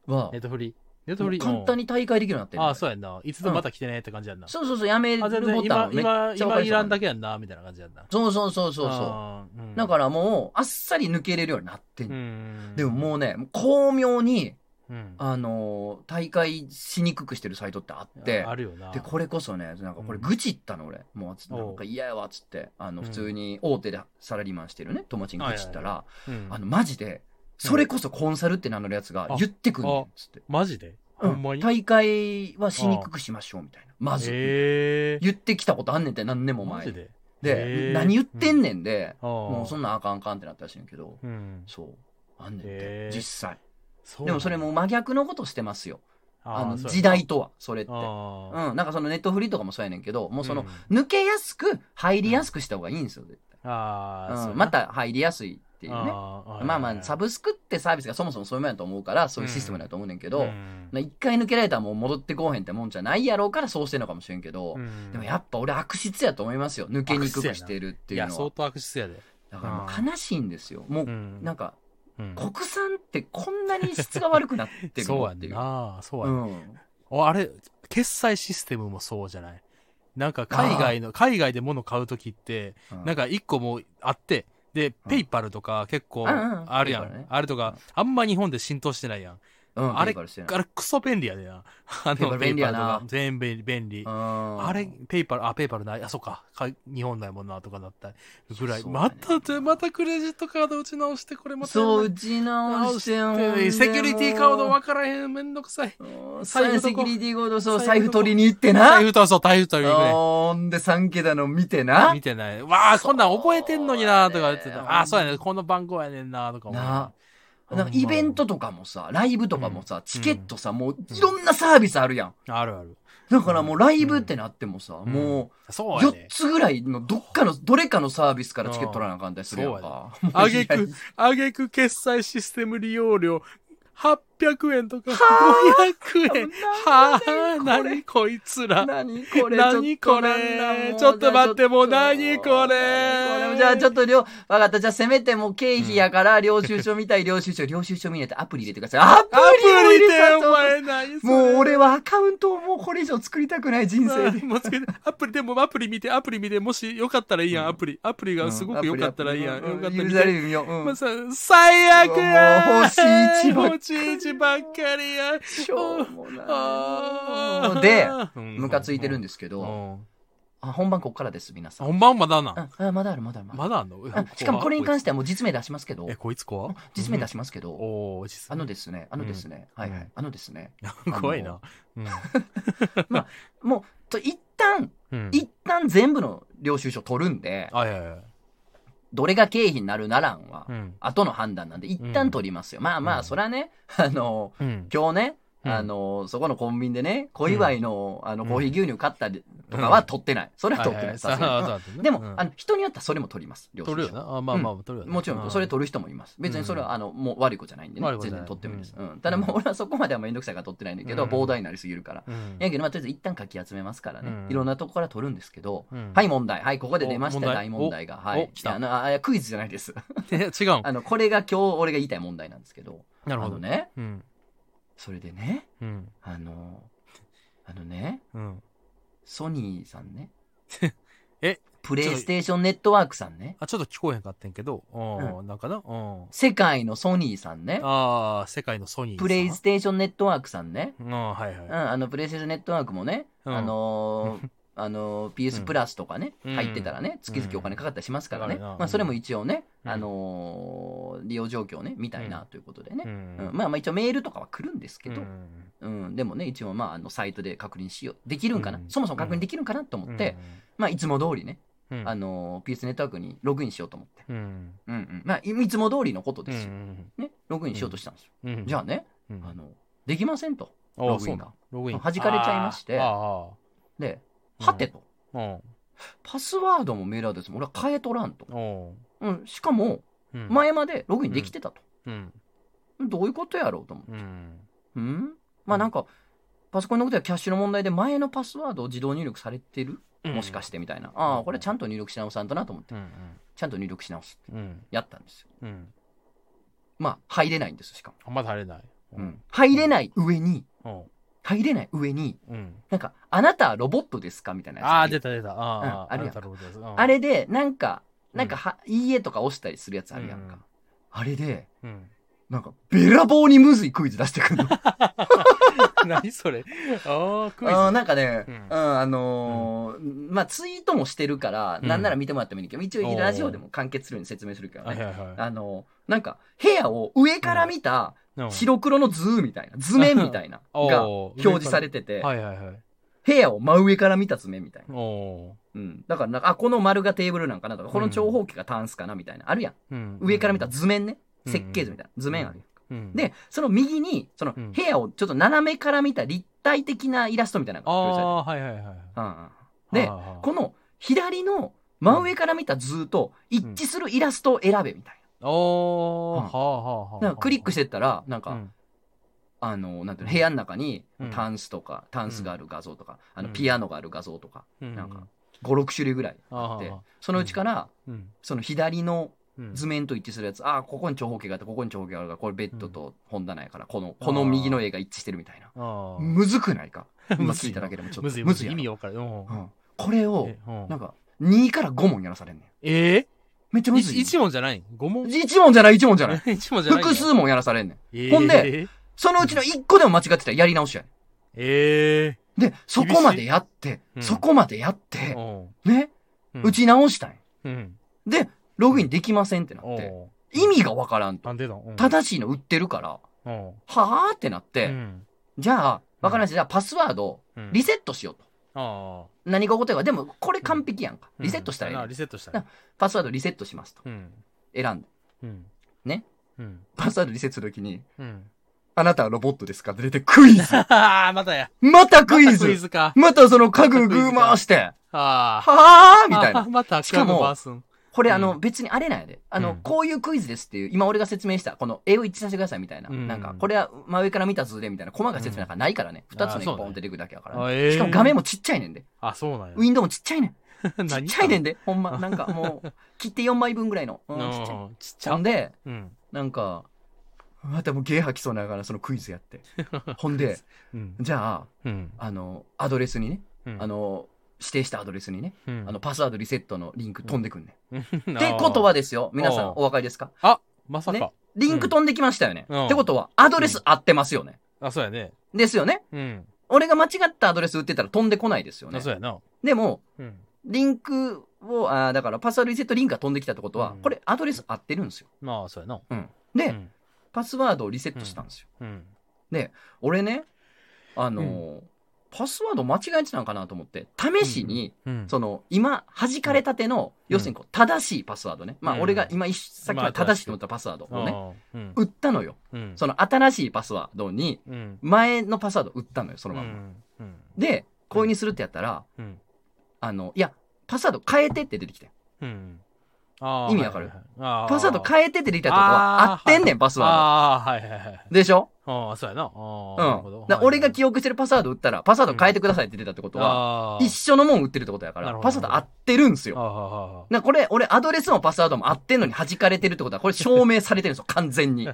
は
ネッ、トフリ。ネット
も
フ
う
リ。
簡単
に。
に大会できるようになってんねん
ああ、そうやんな。いつでもまた来てねって感じやんな。
そうそうそう、やめるボ
あ、
タ
全
ンめ
然
っちゃ
今、今、
分かり
今い
そう
ら
なんん
だ
だ
けやんな、みたいな感じやんな。
そうそうそうそうそ
そう、
う。だかららもう、あっさり抜けれるようになってん
う
ねん
ん。
でももうね、巧妙に、
うん、あ
あのー大会しにくくしてるサイトってあって、
あるよな。
で、これこそね、なんかこれ
うん
愚痴ったの俺。もうつ、
おう
なんか嫌やわ、つって、あの、
うん
普通に大手でサラリーマンしてるね、友達に愚痴ったら、
うん
あの、マジで、それこそコンサルって名乗るやつが
あ
言ってくんねん
あ、
つって。
マジで
う
ほんま
ん
に
大会はしにくくしましょう、みたいな。まず。
え
言ってきたことあんねんって何年
ー、
も
マ
前
ジ
に。
でへ
で
ー、
何言ってんねんで、
も
もうそんなんあかんあかんってなったらしいんやけど、
うん。
そう、あんねん
へ
て
ー、
実際。
う
でもそれも真逆のことしてますよ。あの時
っ。
代とは、それってて。
あー
うん、なんかそのネットフリーとかもそうやねんけど、もうその、
ん
抜けやすく、入りやすくした方がいいんですよ、絶
あ
対
ー、
うんまた入りやすいっていうね。まあまあ、サ
ブ
ブスクってサービスがそもそもそういうもんやと思うから、そういうシステムだと思うねんけど、
うん
な一回抜けられたらもう戻ってこうへんってもんじゃないやろうからそうしてんのかもしれんけど、
うん
でもやっぱ俺悪質やと思いますよ。抜けにくくしてるって
い
いう
や、
のは
相。当悪質やで。
だからもう悲しいんですよ。もう、
ん
なんか、
うん
国産ってこんなに質が悪くなってる
そう
の
や
って
ん
いう。
な。そう
う
やん
ん。
おあれ、決済システムもそうじゃないなんか海外の、海外で物買うときって、なん
か、
か一個もうあって、で、
うん
ペイパルとか結構
うんうんうん
あるや
ペイパル
ん
ね。
あれとか、あんま日本で浸透してないやん。
うん、
あれ
ペイパルしてない
あれクソ便利やでな。あ
ペイパル便利やな
ペイパルとか全部便利。
うん
あれ、ペイパル、あ、ペイパルない。あ、そっか。か日本ないもんな、とかなったりぐらい。
そうね
またて、またクレジットカード打ち直して、これまた。
そう、打ち直してんほんで
セキュリティカード分からへん。めんどくさい。
もう
財布どこ
セキュリティコード、そう、
財
財
布
布
どこ
取りに行ってな
台。風と、そう、台風というぐらい。
ほんで、3桁の見てな
見。てない。わあ、こんなん覚えてんのにな、とか言って
そうやね
た。あ、そうやね。この番号やねんな、とか思う
ななんかイベントとかもさ、ライブとかもさ、チケットさ、もう
うん
いろんなサービスあるやん。
あるある。
だからもうライブってなってもさ、
ん
もう
そうや
4
ね。
つぐらいのどっかの、どれかのサービスからチケット取らなあかんだりするやんか。もう
あ げく、あげく決済システム利用料、800円とか、500円。 はぁ、
な
な
んでこれ
にこいつら。
何これ
何これちょっと待ってもう何これ
これじゃあちょっと領、わかった。じゃあせめてもう経費やから、領収書見たい、領収書、領収書見ないとアプリ入れてください。アプ
アプ
リを入
リ
れ
で
さ
お前何それ
もう俺はアカウントをもうこれ以上作りたくない人生 で。
もうつけてアプリでもアプリ見て、アプリ見て、もしよかったらいいやん、
うん
アプリ。アプリがすごくよかったらいいやん。よかったら
許
見
さ
て
れるよ。う
まあ
ん。
さ最悪や
もう星一ばっかり
星一ばっかりや
しょうも
あ
な
ー
い。で、
うん
ムカついてるんですけ
う
ど、
ん
あ本番こっからです、皆さん。
本番まだな。
うんあまだある、まだある、まだあ
まだあんの
る。うんしかもこれに関しててはもう実名出しますけど
え、、こいつ怖
実名出
し
しますけど、
おー、実
あ
名
のですね、あのですね、
ん
はいは
うん
い、あのですね、
怖いな。うん
もう、と一旦、
うん
一旦全部の領収書取るんで、
あ、いやいや。
どれが経費になるならんは
う、ん。
後の判断なんで、一旦取りますよ。まあま
うん
あ、そらね、 あの、
うん。
今日ね、
うん
あの、そこのコンビニでね、小祝いの、あの、
うん
コーヒー牛乳買ったりとかは取ってない。それは取ってない。さすがにうんでも、あ
の、
の、人によってはそれも取ります。領収書
取るよな。あ、まあまあ、取るよな。
もちろん、それ
取
取る人もいます。別にそれは、あの、もう悪い子じゃないんでね
悪い。子じゃ
全
ない
然取ってもいいです。
う
うん。ただもう俺はそこまではめんどくさいから取ってないんだけど、
うん
膨大になりすぎるから。
る。うん
やけど、まあ、とりあえず一旦かき集めますからね
うん。
いろんなとこから取るんですけど、
うん
はい、問題。はい、ここで出まし
お
た、
問題
大問題が。
お
はい。
お来た
いやあの、あクイズじゃないです。
え 違うん。
あの、これが今日俺が言いたい問題なんですけど、
な
あ
るほ
の
ど。
ね、
うん。
それでね、
うん。
あの、あのね、
うん。。
ソニーさんね
え
プレイステーションネットワークさんね。
あ、ちょっと聞こえへんかったんけど、うん。なんかな。うん。
世界のソニーさんね。
ああ、世界のソニーさん。
プレイステーションネットワークさんね。
うん、はい
うん、
は
あの、プレイステーションネットワークもね、
うん
あのーあのー
うん
PS プラスとかね、
うん
入ってたらね、月々お金かかったりしますからね。
うん
まあ、それも一応ね、
うん
あのー利用状況ね、みたいなということでね。
い。う
うん
ん。
まあまあ一応メールとかは来るんですけ
う
ど、
ん
うんでもね一応まああのサイトで確認しようできるんかな、
うん
そもそも確認できるんかなと思って、、まあいつも通りね、
うん
あ、の PS ネットワークにログインしようと思って、
うん。
うんうんまあ、いいつも通りのこと
う
ですよ、
ん。
ね、ログインしようとしたんですよ、
うん
じゃあ、ね
うん
あ、のできませんと
あ
ログイン。
そう
が
ログイン。
弾かれちゃいまして
あー
で
うん
はてと、
あー。
パスワードもメールアドレスも俺は変えとらんと、
うん。うん。
うん、しかも
うん、
前までログインできてたと。
うん。
どういうことやろうと思って。
うん。
うんまあなんか、パソコンのことやキャッシュの問題で前のパスワードを自動入力されてるもしかしてみたいな。ああ、これちゃんと入力し直さんとなと思って、
て。うん。
ちゃんと入力し直す。
うん。うん
やったんですよ。
うん。
まあ、入れないんです、しかも。
あんま入れない。
うん。入れない上に、
うん。
入れない上に、
うん。
なんか、あなたはロボットですかみたいなやつ
あ
が
あ、
いる
出た出た。あ
うん
あ、
あるやん
なたのことですうん
あれで、なんか、
うん
なんかは、いいえとか押したりするやつあるやんか。
うん
あれで、
うん。
なんか、べらぼうにむずいクイズ出してくるの。
何それ ああ、クイズ。
うんなんかね、
う
うんん、あのーまあ、ツイートもしてるから、
うん
なんなら見てもらってもいいけど、一
お
応
ー
ラジオでも完結するように説明するけど
はい
ね。
はいはい
あのーなんか、部屋を上から見た
うん。
白黒の図みたいな、図面みたいな
おー
が表示されてて、
はいはいはい。
部屋を真上から見た図面みたいな。
おお
うん。だからなんか、あ、この丸がテーブルなんかなとか、この長方形がタンスかなみたいな。あるやん。
ー。うん
上から見た。図面ね。設計図みたいな。図面あるやん。
うん、
で、その右に、その
うん
部屋をちょっと斜めから見た立体的なイラストみたいなの
あ
が表示されてる
あ、はいはいはい。
うんうんで、
あー
この左の真上から見た図と一致するイラストを選べみたい
おー、
うん
はあはあは
な。
あ。
なんかクリックしてったら、なん
う
か、
ん
あの、なんていうの、部屋の中に
うん
タンスとか、タンスがある画像とか、あの、
うん
ピアノがある画像とか、
う
なんか、5、6種類ぐらいあって
ああ、
そのうちから、
うん
その左の
うん
図面と一致するやつ、ああ、ここに長方形があって、ここに長方形があるから、これベッドと本棚やから、この、この右の絵が一致してるみたいな。
ああ。
むずくないか今
むず
聞
い
いただけでもちょっと。
むずいむずい。
や
意
ろ
味が分かる。うん
うんこれを、
えうん
なんか、2から5問やらされんねん。
え
めっちゃ
ー
むずい。
一問じゃない五問
一問じゃない、一問じゃない。
一問じゃない。
複数問やらされんねん。
えー。
ほんでそのうちの1個でも間違ってたらやり直しやね
え
ん。で、そこまでやって、
うん
そこまでやって、
えー。
ね、打ち直したんや
うん。
で、ログインできませんってなっ
お
て、
ー
意味がわからんと。
なんでだうん
正しいの売ってるから、
うん
はぁーってなっ
う
て、
ん
じゃあ、わからんし、じゃあパスワードを
うん
リセットしようと。
あ
何が起こってるか。でも、これ完璧やんか。
ー
リセットしたらいい
うん
ね
あ
ん
リ。セットしたらいい
パスワードリセットしますと。
うん。
選んで。
うん。
ね
うん。
パスワードリセットするときに、
うん。
あなたはロボットですかって出てクイ ズ
ああ、またや。
またクイ
またクイ
ズ
ズか。
またその家具グー回して、
ああ。
はぁーみたいな
あ。また、
しかも
クラブバースン
これ、
うん
あの、別にあれなんやで。あの、
うん
こういうクイズですっていう、今俺が説明した、この絵を一致させてくださいみたいな。
うん
なんか、これは真上から見た図でみたいな、細かい説明なんかないからね。
うん
二、つの
あそう
一
だね
本出てくるだけやから、
あええ
しかも画面もちっちゃいねんで。
あ、そうなんや
ウ。ィンドウもちっちゃいねん。ちっ
何
ちゃいねんで。ほんま、なんかもう、切って4枚分ぐらいの。
う
うん、ちっちゃい。
んちっち
ほ
ゃ
ん。で、
うん。
なんか、またもうゲー吐きそうになるから、そのクイズや って。ほんで、
うん。
じゃあ、
うん。
あの、アドレスにね、
うん
あ、の、指定したアドレスにね、
うん
あの、、パスワードリセットのリンク飛んでくんね
うん
ん。ってこと、
あー
はですよ、皆さん
おう
お分かりですか
まさか
ね。リンク飛んできましたよね。
うん
ってことは、アドレス合ってますよね。
あ、そうやね。
ですよね。
うん。
俺が間違ったアドレス打ってたら飛んでこないですよね
あ、そ。うやな。
でも、
うん。
リンクを、あーだからパスワードリセットリンクが飛んできたってことは、
うん
これアドレス合ってるんですよ。
まあ、そうやな。
うん。で、
うん
パスワードをリセットしたんですよ。
うん。
俺ね、あのーパスワード間違えてたのかなと思って、試しに、
うん。
その、今、弾かれたての、
うん
要するにこう、正しいパスワードね。まあ、
うん
俺が今一、さっきは正しいと思ったパスワードをね、
あーうん。
打ったのよ。
うん。
その、新しいパスワードに、
うん。
前のパスワード打ったのよ、そのまま。
うん。
で、こういうにするってやったら、
うん。
あの、いや、パスワード変えてって出てきて。
うん。あー
意味わかる
はいはいはいあ
パスワード
え
変えてって出てきたってことは、合
あー
ってんねん、パスワ
ああ、はいはいはい。
ード。でしょ
ああ、そうやな。あ
う
あ
ん。
なるほど。
だから俺が
憶
記憶してるパスワード打ったら、パスワード変えてくださいって出たってことは、
は
一緒のもん打ってるってことやか
な
ら
る、ほど
パスワード合ってるんす
あー
よ。
あー、はは
なこれ、俺、アドレスもパスワードも合ってんのに弾かれてるってことは、これ証明されてるんですよ、完全 に。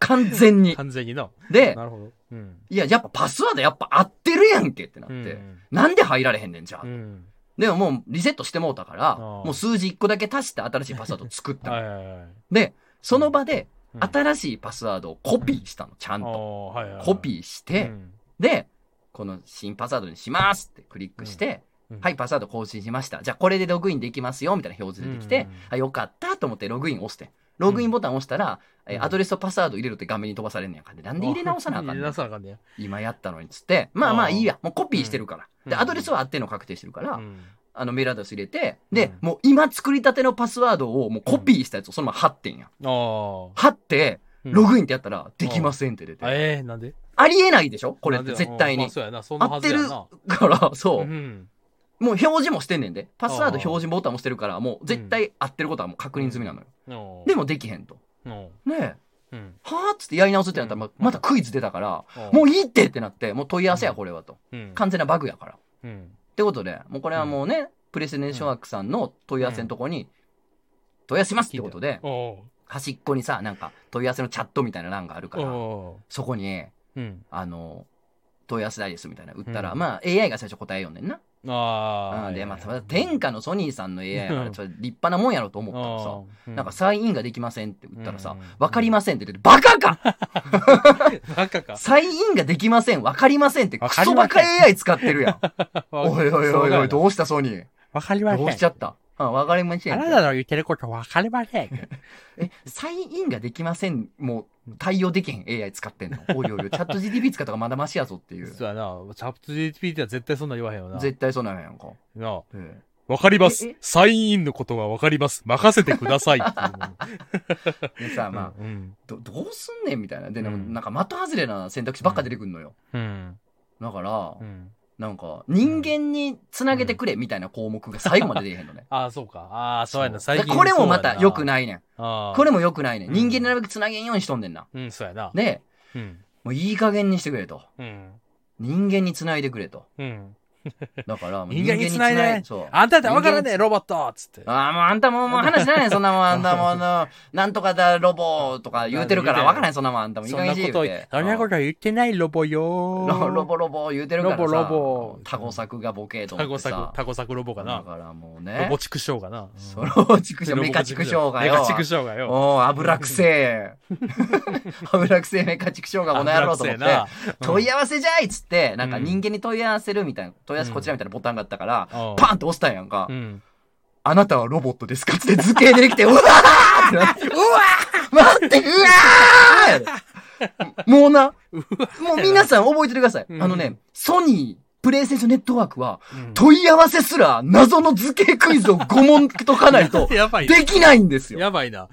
完全に。
完全にな。
で、
なるほど。うん。
いや、やっぱパスワードやっぱ合ってるやんけってなっ
う
て。
ん。
なんで入られへんねん、じゃあ
う。ん。
でももうリセットしてもうたから、
ああ
もう数字1個だけ足して新しいパスワードを作ったの。
はいはいはい。
で、その場で
うん
新しいパスワードをコピーしたの、ちゃんと。
あーはいはいはい
コピーして、
うん
で、この新パスワードにしますってクリックして、
うん
はい、パスワード更新しました。じゃあこれでログインできますよ、みたいな表示出てきて、
うん
あ、よかったと思ってログイン押して。ログインボタン押したら、え
うん
アドレスとパスワード入れるって画面に飛ばされんねやんかで、なんで入れ直さなあか
入
ん
れ
ね
直
ん。
さなあかんねや。
今やったのにっつって、まあまあいいや、もうコピーしてるから。
うん
で、アドレスはあってんの確定してるから、
うん
あのメールアドレス入れて、で、
うん
もう今作りたてのパスワードをもうコピーしたやつをそのまま貼ってんや。
ああ。
貼って、ロ
イ
グインってやったら、できませんって出て。
ええ、なんで
ありえないでしょこれっ
なんで
て絶対
ま
に
あ。そうやな、そんな
合
は
っ
ず
て
や
る
な。
から、そうう。
ん。
もう表示もしてんねんで。パスワード表示ボタンもしてるから、もう絶対合ってることはもう確認済みなのよ。
の
でもできへんと。
の
ねえ。
うん
はぁっつってやり直すってなったら、ままたクイズ出たから、も
も
ういいってってなって、もう問い合わせや、これはと。
うん
完全なバグやから。っ
うん
てことで、もうこれはもうね、プレスデンションワークさんの問い合わせのとこに、問い合わせますってことで、
お
端っこにさ、なんか問い合わせのチャットみたいな欄がある
う
から、
お
そこに、
ううん
あの、問い合わせないですみたいな打ったら、
うん
まあ AI が最初答えようねんな。
あ
う
あ
んで、まあ、ただ天下のソニーさんの AI やから
うん
それ立派なもんやろと思ったらさ、
さ
なんかサインインができませんって打ったらさ、わかり
ま
ませんって出て、バカ か
す バカか
サインインができません、わかりませんって、
わ
ク
かり
ソ
ません
バカ AI 使ってるや ん。おいおいおいおい、どうしたソニー。
わかりません
どうしちゃったうん、わかりませ
あ
ん
な。たの言ってることわかりません
え、サインインができません、もう対応できへん AI 使ってんの。おいおいおい、チャット GTP 使った方がまだマシやぞっていう。
そうやなチャット GPT は絶対そんなん言わへんよな
絶対そうなんやんか。
なあ
え
わかります
ええ。
サインインのことはわかります。任せてくだ さい。っていう
えでさ、
の
まあ、
うん。
どどうすんねんみたいな。で、なんか
うん
なんか的外れな選択肢ばっか出てくんのよ。
うん。
だから、
うん。。
なんか、人間につなげてくれみたいな項目が最後まで出えへんのね
ああ、そうか。ああ、そうやな。
そう
最近。
これもまた良く
い。
ないねん。
ああ。
これも良くないねん。
うん
人間になるべくつなげんようにしとんねんな。
うん、そうやな。
で、
うん。
もういい加減にしてくれと。
うん。
人間につないでくれと。
うん。
だから、もう
人間につないで
そう。あ
あんただってわからねえ、ロボットつって。
あー、もうあんたもうもう話しないねん、そんなもん。あんたもうあ の、なんとかだ、ロボとか言うてるから、わからない、そんなもん。あんたもいい
そ
加
ん
減
な
にし
こ
て
と
言う
言
て
っ、そんなこと言ってないロボよ
ロ
ー。
ロボロボ言うてるからさ
ロボロボ
タコ作がボケと
タ
思っ
コ
て
サ
さ
ク、タコサクロボか
だ
な。
からもう
ロ
ね
ボ畜生がな。
そロボ畜生
ロボ
メカ畜生が
メカ
よ
畜生がよ。
おう油く せえ油くせえメカ畜生がこの野郎と思って
油く
問
せ
い
え
合わせじゃいっつってなんか
うん
人間に問い合わせるみたいな問い合わせこちらみたいなボタンがあったから
なうん。
パンと押したんやんか
う、ん。
あなたはロボットですかって図形出てきて、うわーってなって、うわー待って、うわーもうな、もう皆さん覚えててください。
うん
あのね、ソニー、プレイステーションネットワークは、
うん、
問い合わせすら謎の図形クイズを5問解かないと
やばいな。
できないんですよ。
やばいな。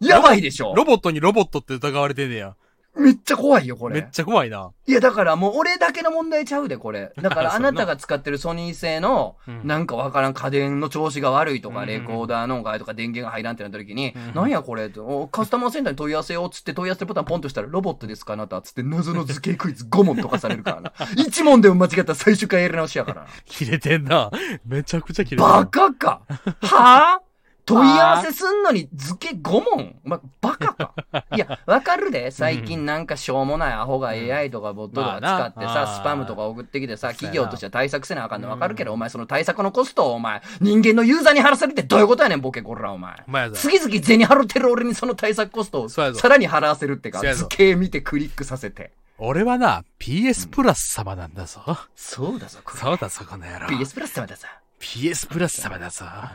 やばいでしょ
ロボットにロボットって疑われてんねや。
めっちゃ怖いよ、こ
めっ
れ。
ちゃ怖いな。
いや、だからもう俺だけの問題ちゃうで、これ。だから
そ
あ
んな
なたが使ってるソニー製の、なんかわからん家電の調子が悪いとか、
うん
レコーダーの音いとか電源が入らんってなった時に
うん、
なんやこれっておカスタマーセンターに問い合わせようっつって問い合わせボタンポンとしたら、ロボットですかあなたっつって謎の図形クイズ5問とかされる からな。1問でも間違ったら最終回やり直しやからな。
切れてんな。めちゃくちゃ切れてんな
バカかはぁ問い合わせすんのに図形5問お前、バカかいや、わかるで。最近なんかしょうもないアホが AI とかボットとか使って
まあな
さ、スパムとか送ってきてさ、
そうやな
企業としては対策せなあかんのわかるけど、お前その対策のコストをお前、人間のユーザーに払わせるってどういうことやねん、ボケこらお前。
お前やぞ。
次々銭払ってる俺にその対策コストを
そうやぞ
さらに払わせるってか、
そうやぞ
図形見てクリックさせて。
俺はな、PS プラス様なんだぞ。
そうだぞ、こ
そうだぞ、この野郎
れ。。PS プラス様だぞ。
PS プラス様だぞ。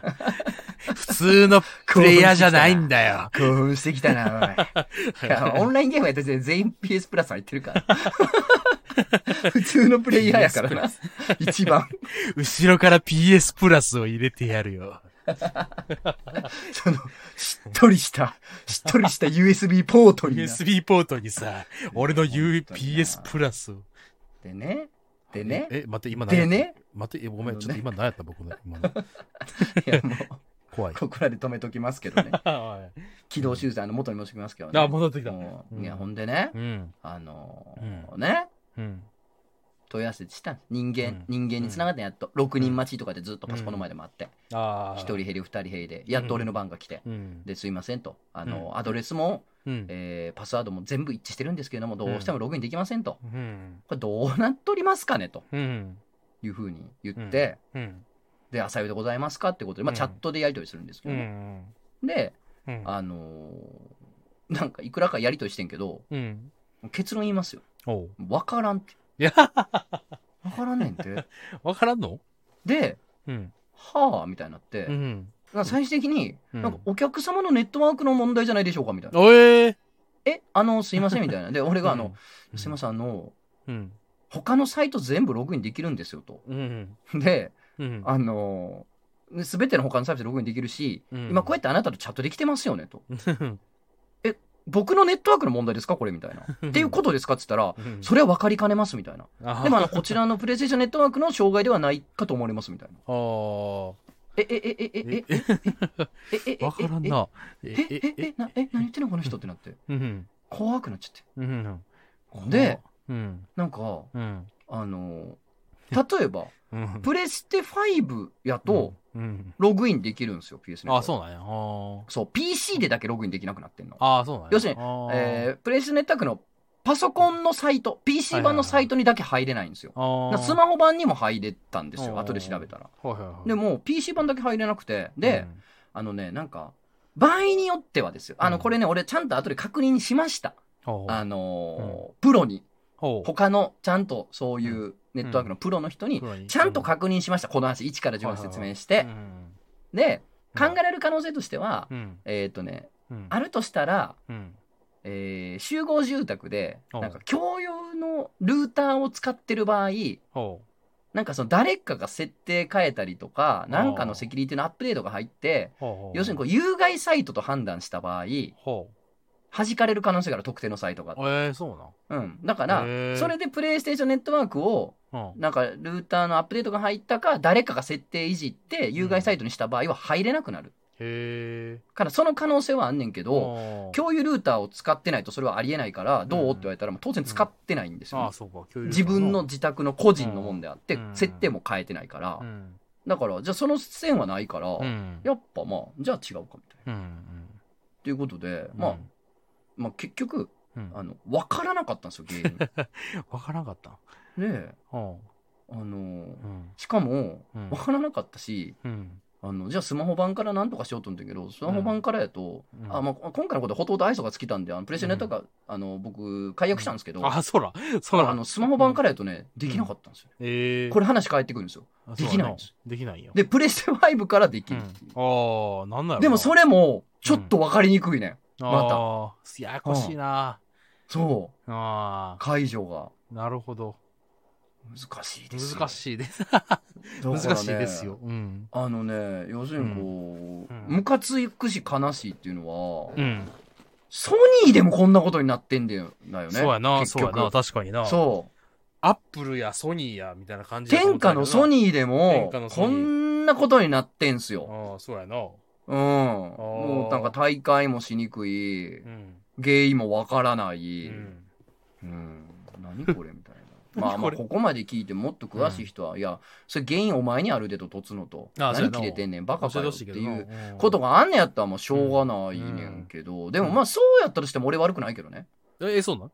普通のプレイヤーじゃないんだよ。
興奮してきたな、おい。いやオンラインゲームやってて全員 PS プラス入ってるから。 普通のプレイヤーやからな。一番。
後ろから PS プラスを入れてやるよ。
その、しっとりした、しっとりした USB ポートになっ
USB ポートにさ、俺の U-
本当にな
PS プラスを。
てね。でね。
え、待って、今何
で
やった。
ね。
待って、えごめん、ちょっと今何やった僕の、今の。
いや、もう、
怖い。
ここらで止めときますけどね。
あ、
軌道修正の元に戻してきますけどね。
戻ってきた。
もう
うん
いや、ほんでね
う。ん。
あのーね。
うん。
問い合わせしたん人間、
う
人間に繋がってやっと。6人待ちとかでずっとパソコンの前で待って。
ああ。
1人減り、2人減りで。やっと俺の番が来て。
うん。
ですいませんと。あの、アドレスも、
うん。
えーパスワードも全部一致してるんですけれども、どうしてもログインできませんと。こ
うん。
れどうなっとりますかねと
うん。
いうふうに言って、
うん。
で、朝用でございますかってことで、まあ、
うん
チャットでやり取りするんですけ
う
どね。
ん。
で、
うん。
あのーなんかいくらかやり取りしてんけど、
うん。
結論言いますよ。
おう。
わからんって。
いや、
わからんねん って。
わからんの
で、
うん。
はあみたいになって、
うん。
なんか最終的に、
うん
なんかお客様のネットワークの問題じゃないでしょうかみたいな。
おえ
え、あの、すいませんみたいな。で、俺
ー
があの、、すいま
せ
せん、あの、
ん。うん。
他のサイト全部ログインできるんですよと。
うん。
で、
うん。
あのー、すべての他のサービスでログインできるし、
うん
今こうやってあなたとチャットできてますよねと。
うん、
え、僕のネットワークの問題ですかこれみたい な。っていうことですかって言ったら、
うん
それは分かりかねますみたいな。
あー
でもあの、こちらのプレイステーションネットワークの障害ではないかと思われますみたいな。
あー
え、え、え、え、え、え、え、え、え、え、
わからんな。え
え。え、え、え、え、な、え、何言ってんのこの人ってなって。
うん。
怖くなっちゃって。
うん。
で、
うん。
なんか、
うん。
あのー、例えば、
うん。
プレステ5やと、
うん。
ログインできるんですよ、PS ネット
あ
ワー
あ、
ク
そうなんや。あー
そう、PC でだけログインできなくなってんの。
あー、そうなんや。
要するに
あー
えープレイステネットワークのパソコンのサイト、PC 版のサイトにだけ入れないんですよ。
あ
だからスマホ版にも入れたんですよ、
あー
後で調べたら。
ホ。はいはいはい
で、も、PC 版だけ入れなくて、で、あのね、なんか、場合によってはですよ。あの、
うん
これね、俺ちゃんと後で確認しました。
ほう
あのープロに、
ほう
他の、ちゃんとそういうネットワークのプロの人に、
プロに
ちゃんと確認しました。この話、1から10まで説明し
う
て。
ん
で、考えられる可能性としては、
うん。
えっ、とね、
うん。
あるとしたら、
うん。
えー集合住宅で、
うん
なんか共用のルーターを使ってる場合、
ほ
なんかその誰かが設定変えたりとか、なんかのセキュリティのアップデートが入って、
う。ほう。
要するにこう有害サイトと判断した場合、弾
ほ
かれる可能性がある特定のサイトが
う。。えー、そう
うん。だから
へー、
それでプレイステーションネットワークを、
なん。うん。
なんかルーターのアップデートが入ったか、誰かが設定いじって有害サイトにした場合は入れなくなる。
へえ。
からその可能性はあんねんけど、
あー
共有ルーターを使ってないとそれはありえないから、どうって言われたらもう当然使ってないんですよね、
あー、そうか。共有
自分の自宅の個人のもんであって、
うん
設定も変えてないから、
うん。
だから、じゃあその線はないから、
うん。
やっぱまあ、じゃあ違うかみたいな。
うんうん。
ということで、まあ、まあ結局、
うん。
あの、わからなかったんですよ、 原
わからんかった。
因。で、
ほ
あのー
う。うん。
しかも
うん、
わからなかったし、
うん。
あの、じゃあスマホ版からなんとかしようと思ったけど、スマホ版からやと、
うん
あ、まあ、今回のことはほとんど愛想が尽きたんで、あのプレッシャーネタが、あの、僕、解約したんですけど、
あ、そうら。そう
あ
ら。
のスマホ版からやとね、できなかったんですよ。
ええ。
これ話変えてくるんですよ。
あ
できないんです。
そうできないよ。
で、プレステ5からでき
うん、
る
あ
っていう
あー、なんだろうな。
でもそれも、ちょっと分かりにくいねん。また
あーややこしいな。
そう。
ああ、
解除が。
なるほど。
難しいですよ。
難しいです。
だからね
難しいですよ。。うん。
あのね、要するにこう
うん、
ムカつくし悲しいっていうのは
う、ん。
ソニーでもこんなことになってんだよね。
そうやな、
結
そうや
局
な、確かにな。
そ
アップルやソニーや、みたいな感
う。
じ
天下のソ
ー。
ニーで
天
も
下の、ソニー
こんなことになってんすよ。
ああ、そうやな。
うん。もうなんか大会もしにくい。
うん。
原因もわからな
う
い、うん
ん。
何これみたい なまあま
何こ
あ
れ
ここまで聞いてもっと詳しい人は、いやそれ原因お前にあるでととつのと
ああそうや
何切
な
れてんねんバカかよっていう
う
こと。があんねやったらもうしょうがないねんけど、でもまあそうやったとしても俺悪くないけどね
うんえ、そうなん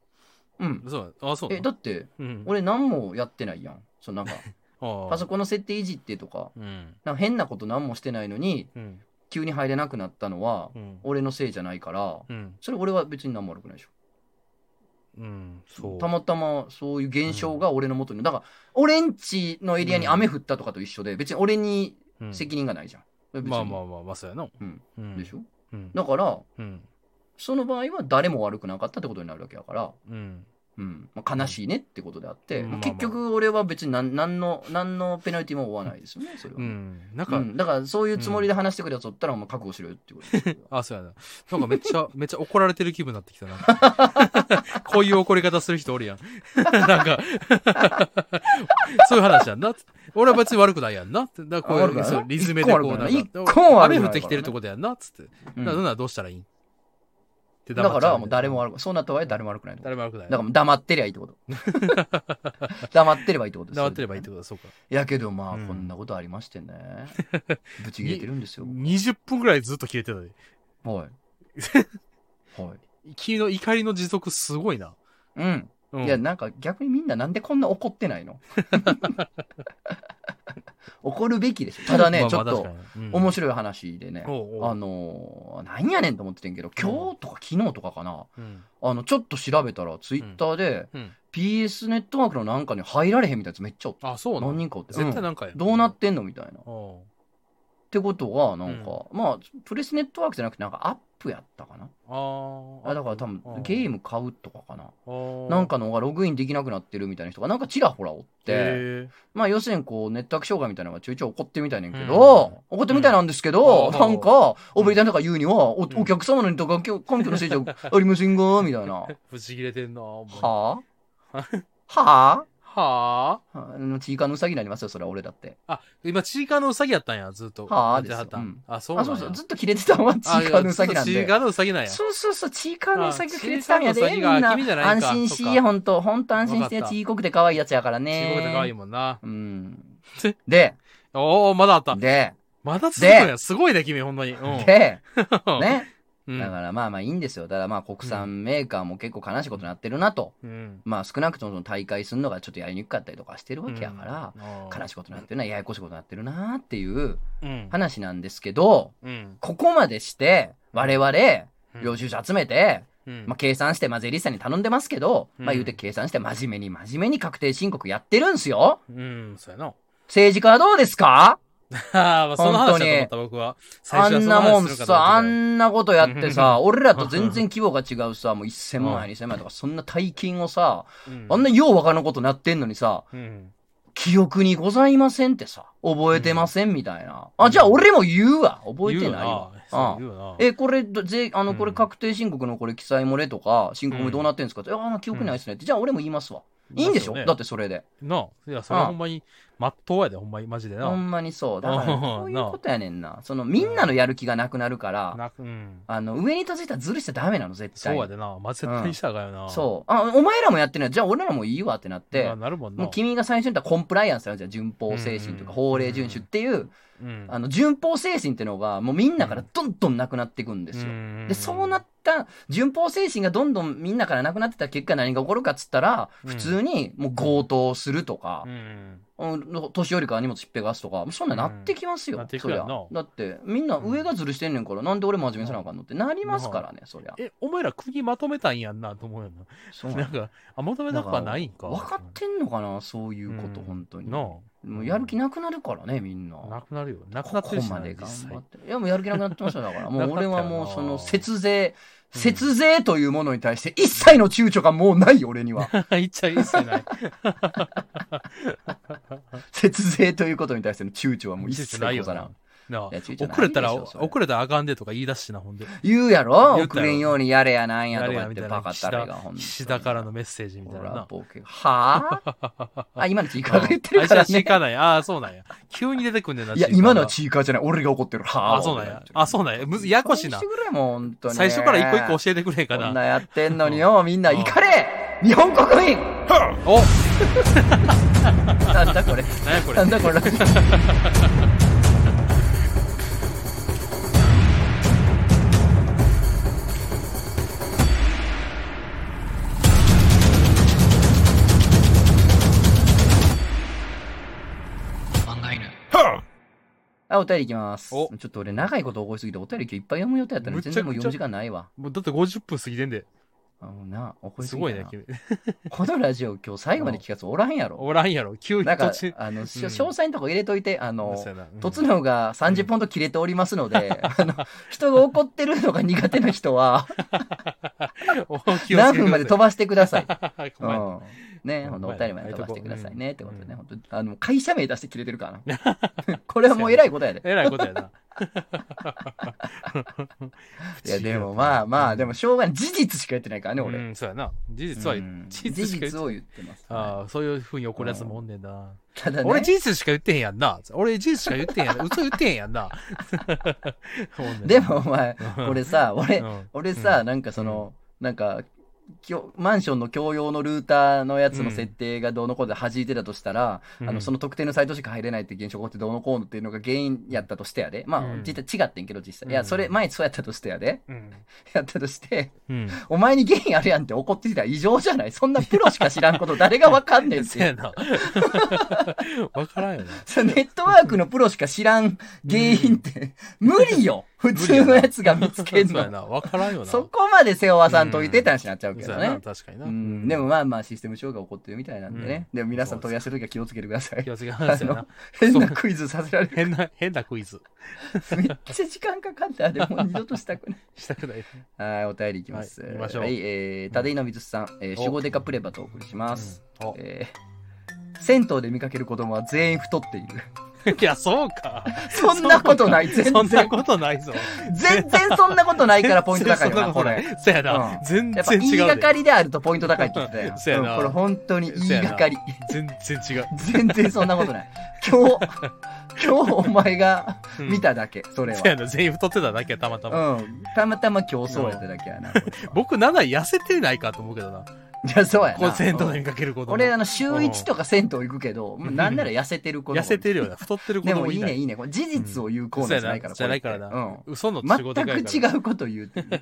うん
そうなんあ、そうな
え
ん
だって
うん。
俺何もやってないやんそ のなんか
あ
パソ
コ
コンの設定いじってとか
ン。うん。
なんか変なこと何もしてないのに
うん。
急に入れなくなったのは
うん。
俺のせいじゃないから
うん。
それ俺は別に何も悪くないでしょ
うん。そう。
たまたまそういう現象が俺の元に、だから俺んちのエリアに雨降ったとかと一緒で別に俺に
うん
責任がないじゃん、別に
まあまあまあ、まあ、そうやな。
うん
うん。
でしょ
うん。
だから
うん。
その場合は誰も悪くなかったってことになるわけだから、
うん。
うんまあ、悲しいねってことであって、
うん
まあ
まあまあ
結局俺は別に何何の何のペナルティも負わないですよねそれは、
う
うん
ん。なんか、
だからそういうつもりで話してくるやつおったらお前覚悟しろよってことですよ
あ、そうやな。なんかめっちゃ、 めっちゃ怒られてる気分になってきたな。 こういう怒り方する人おるやん。 なんか、そういう話やんな。俺は別に悪くないやんな。だからこう
悪く
い
ない
う、そう、リズムでこうなん
一個悪くない一
か
個、も悪くない
雨降ってきてるってことやんな、つって。
うん
だから ならどうしたらいいんって
だ
黙っちゃ
か
う
らもう誰も悪くそうなった場合は誰も悪くないと
誰も悪くない。
だからもう黙ってりゃいいってこと黙ってればいいってことです
黙ってればいいってことだ、そうか。
やけどまあ、
うん
こんなことありましてね。 ぶち切れてるんですよ。
20分くらいずっと消えてたで。
はい。はい。
君の怒りの持続すごいな。
うん。
うん
いや、なんか逆にみんななんでこんな怒ってないの 怒るべきです。ただね、ちょっと面白い話でね、あ
の、
のー、なんやねんと思っててんけど、今日とか昨日とかかな、
うん
あの、ちょっと調べたら、ツイッターで
うん
PS ネットワークのなんかに入られへんみたいなやつめっちゃおった。
あ、そうな
何
の
人かおって。
絶対
うん
なんかや。
どうなってんのみたいな。
お
ってことは、なんか、まあ、プレスネットワークじゃなくて、なんかアップやったかな。
あ
あだから多分、ゲー
ム
ム買うとかかな。
ム
なんかのがログインできなくなってるみたいな人が、なんかちらほらおって、まあ、要するにこう、ネットワーク障害みたいなのがちょいちょい起こってみたいねんけど、起こってみたいなんですけ
う
ど、
ん
なんか、オペレーターなんか言うには、お
ん
お客様のネットワーク環境のせいじゃありませんが、みたいな。は
不思議れてんなは
あ は
はあ
あうんチーカーのうさぎになりますよ、それは俺だって。
あ今チーカーのウサギやったんやずっと
はあですよ
やってはったんあそうな
あ、
ん
そ
や
うそう、ずっと切れてたのはチーカーのうさぎなん
あチー
で
カ。ーのウサギなんや
そうそうそう、チーカーのうさぎが切れてたんや
あ
で、
チ
み
ー
ん
カーのウサギが
な
君じゃ。ないん
安
か
心し
そっ
い、
か
ほんと、ほんと安心して
わか、った
ちーこくて可愛いやつやから
中国で可愛い
ね。
もんな
うん。で、
おおまだあった
で、
まだ続くんやすごいね君ほんまにうん
で、ね。
うん
だからまあまあいいんですよ。ただまあ国産メーカーも結構悲しいことになってるなと。
うん
まあ少なくともその大会するのがちょっとやりにくかったりとかしてるわけやから、
うん
悲しいことになってるな、ややこしいことになってるなっていう
うん
話なんですけど、
うん
ここまでして、我々、
うん
領収書集めて、
うん
まあ計算して、まあ税理士さんに頼んでますけど、
うん
まあ言うて計算して真面目に真面目に確定申告やってるんすよ
うんそうやな
政治家はどうですか
ああ、まあ、その話だ
本当
と
に
思った、僕は。最
あ
初は
ん
そ
な
の
も
話
ん
するかと思
さ、あ
って
んなことやってさ、俺らと全然規模が違うさ、もう1000
う
万
ん
円、2000万円とか、そんな大金をさ、
たうん
あんなようわからんことなってんのにさ、
うん。
記憶にございませんってさ、覚えてませんみたいな。
うん
あ、じゃあ俺も言うわ。覚えてないわ。あ
言うよな。そう言うよな
え、これ、ど税、あ
う
の、
ん
これ確定申告のこれ記載漏れとか、申告もどうなってんですかって、いやあー記憶にないですねって。じゃあ俺も言いますわ。いいんでしょ
まあそうね
だってそれで。
なあ、いや、それはほんまに、まっとうやで、ほんまに、マジで
ほ
な。
んまにそう。だから、
うん
そういうことやねんな。その、みんなのやる気がなくなるから、
なく、うん。
あの、上に立つ人はずるしちゃダメなの、絶
そう
対に。
やでな。まあ、絶対したらあかんよな。
そう。あ、お前らもやってない。じゃあ俺らもいいわってなっ
ま
て
あ、なるもんな。
もう君が最初に言ったコンプライアンスだよ。じゃあ順法精神と
うん
か法令遵守っていう、
うん
あの、順法精神ってのが、もうみんなからどんどんなくなっていくんですよ。
ん
で、そうなった、順法精神がどんどんみんなからなくなってた結果何が起こるかっつったら、
うん
普通にもう強盗するとか
う、ん。
うん年寄りから荷物引っぺがすとか、そんなんなってきますよ。
うんなっていく
そり
や
ゃ
んな。
だって、みんな上がずるしてんねんから、なんで俺真面目にせなあかんのってなりますからね、そりゃ。
え、お前ら国まとめたんやんな、と思うよな。
そう
なんか、あ、まとめたくはないんか。
分かってんのかなそういうこと、
うん
本当に。
な
もうやる気なくなるからね、みんな。
あ。なくなるよ。なく
こ
なって
こ
るし
ま
な、
で
実
頑張
際
っ。て。いや、もうやる気なくなってましたよだ から。もう俺はもう、その、
なかったよな
節税、
うん
節税というものに対して、一切の躊躇がもうない、俺には。
言っちゃいいっすよね。
節税ということに対しての躊躇は もう一切
ない
ご
よ
ざら。。
なんなあ
いや躊躇ないでしょ
遅れたら、
それ
遅れたらあかんでとか言い出すしな、ほんで。
言うやろ
言うた
遅
よ
れんようにやれやなんやとか言
やれや
っ
み
て
たいな
バカたれが、ほんとに
岸田からのメッセージみたい
ほ
な
ら
な。
ボケがは ぁあ、今のチーカーが言って
あ
るから
いつは
ね
知。らない。ああ、そうなんや。急に出てくんねんな。
いや、
チーカーが
今のはチーカーじゃない。俺が怒ってる。はぁ
あそうなんや。あ、そうなんや。むず、ややこしいな
そう。してくれもう本当に
最初から一個一個教えてくれへんか
こんな
な。
やってんのによ、みんな、怒れ日本国民
お
なんだこれ。
なんやこれ
なん。だこれ。あ、お便りいきます。ち
お
ょっと俺長いこと覚えすぎてお便り今日いっぱい読む予定やったのに
むちゃ
全
くちゃ
然もう読む時間ないわ。
もうだって50分過ぎてんで。
あもうな、覚えす
す
ぎた
ご
ない
ね、君。
このラジオ今日最後まで聞かずおらんやろ。
おらんやろ。急に
なんか
途中、。
あの、し詳細のとこ入れといて、あの、
そうやなうん
とつのが30ポンド切れておりますので、あの、人が怒ってるのが苦手な人は、
お 気をつけてくださ
何
い
分まで飛ばしてください。う
ごめん
ん。ね、ほんと
う
お
ん
二人まで飛ばしてくださいね、ってことで
う
ね、
ん
本当あの、会社名出して切れてるから な。これはもうえらいことやで。
えらいことや な。
いや、でもまあまあ、でもしょうがない。事実しか言ってないからね、
う
俺。
ん、そうやな。事実は
う
言
ん
う、
事
事実しか言って
実を言ってます。
ああ、そういう風に怒るやつもおんねんな。
ただね、
俺事実しか言ってへんやんな。俺事実しか言ってへんやんな。嘘言ってへんや んな。おんねんな
でもお、前、これさ、
う
俺、
ん
俺さ、なんかその、なんか、きょマンションの共用のルーターのやつの設定がどうのこうので弾いてたとしたら、
うん
あのその特定のサイトしか入れないって現象が起こってどうのこうのっていうのが原因やったとしてやで。まあ、
うん
実際違ってんけど実際。い
うん
や、それ前そうやったとしてやで。
うん。
やったとして、
うん。
お前に原因あるやんって怒ってきたら異常じゃないそんなプロしか知らんこと誰がわかんねんっ
せ や
て。
な。わからんよな。
そのネットワークのプロしか知らん原因って、無理よ普通のやつが見つけ ん
そうや
の。
な。わからんよな。
そこまで背負わさんといてって話になっちゃうけ
そ
ど
うやな
ね。
確かにな。
うん、でもまあまあシステム障害起こってるみたいなんでね。でも皆さん問い合わせるときは気をつけてください
気。をつけな
あ
話や
の
な。、
変なクイズさせられる。
変な、変なクイズ。
めっちゃ時間かかった。でも二度としたくない。
したくないね。
はい、お便りいきます。
はい行きましょう
はい、えー、立井の水さん、えー、
お
守護デカプレバとお送りします。
うんお
えー銭湯で見かける子供は全員太っている。
いや、そうか。
そんなことない、全
そんな
然。
ことないぞ。
全然そんなことないからポイント高いよな、こ れ。。
そやな
う。ん
全
やっぱ言
然
い
違
が
うで。
かりであるとポイント高いって言って たよ。
そうやな
うんこれ本当に言いがかり。
全然違う。
全然そんなことない。 今日、今日お前が
うん
見ただけ、それ
そや
は。
な。全員太ってただけや、たまたま。
うん。たまたま競争やっただけやな。こ れは
僕、7痩せてないかと思うけどな。
いや、そうや
こう
な。
銭湯で見かける子供。
俺、あの、週1とか銭湯行くけど、もうなんなら痩せてる子供
痩せてるよな。太ってる子
でも
供
い
い
い
な
ね、
い。
いいね。これ事実を言うコーナーじゃないから、
そうやなじゃないからな
こ
嘘の
れって
集
う
合
ん。
でかい
全
から。
く違うこと言うっていう ね。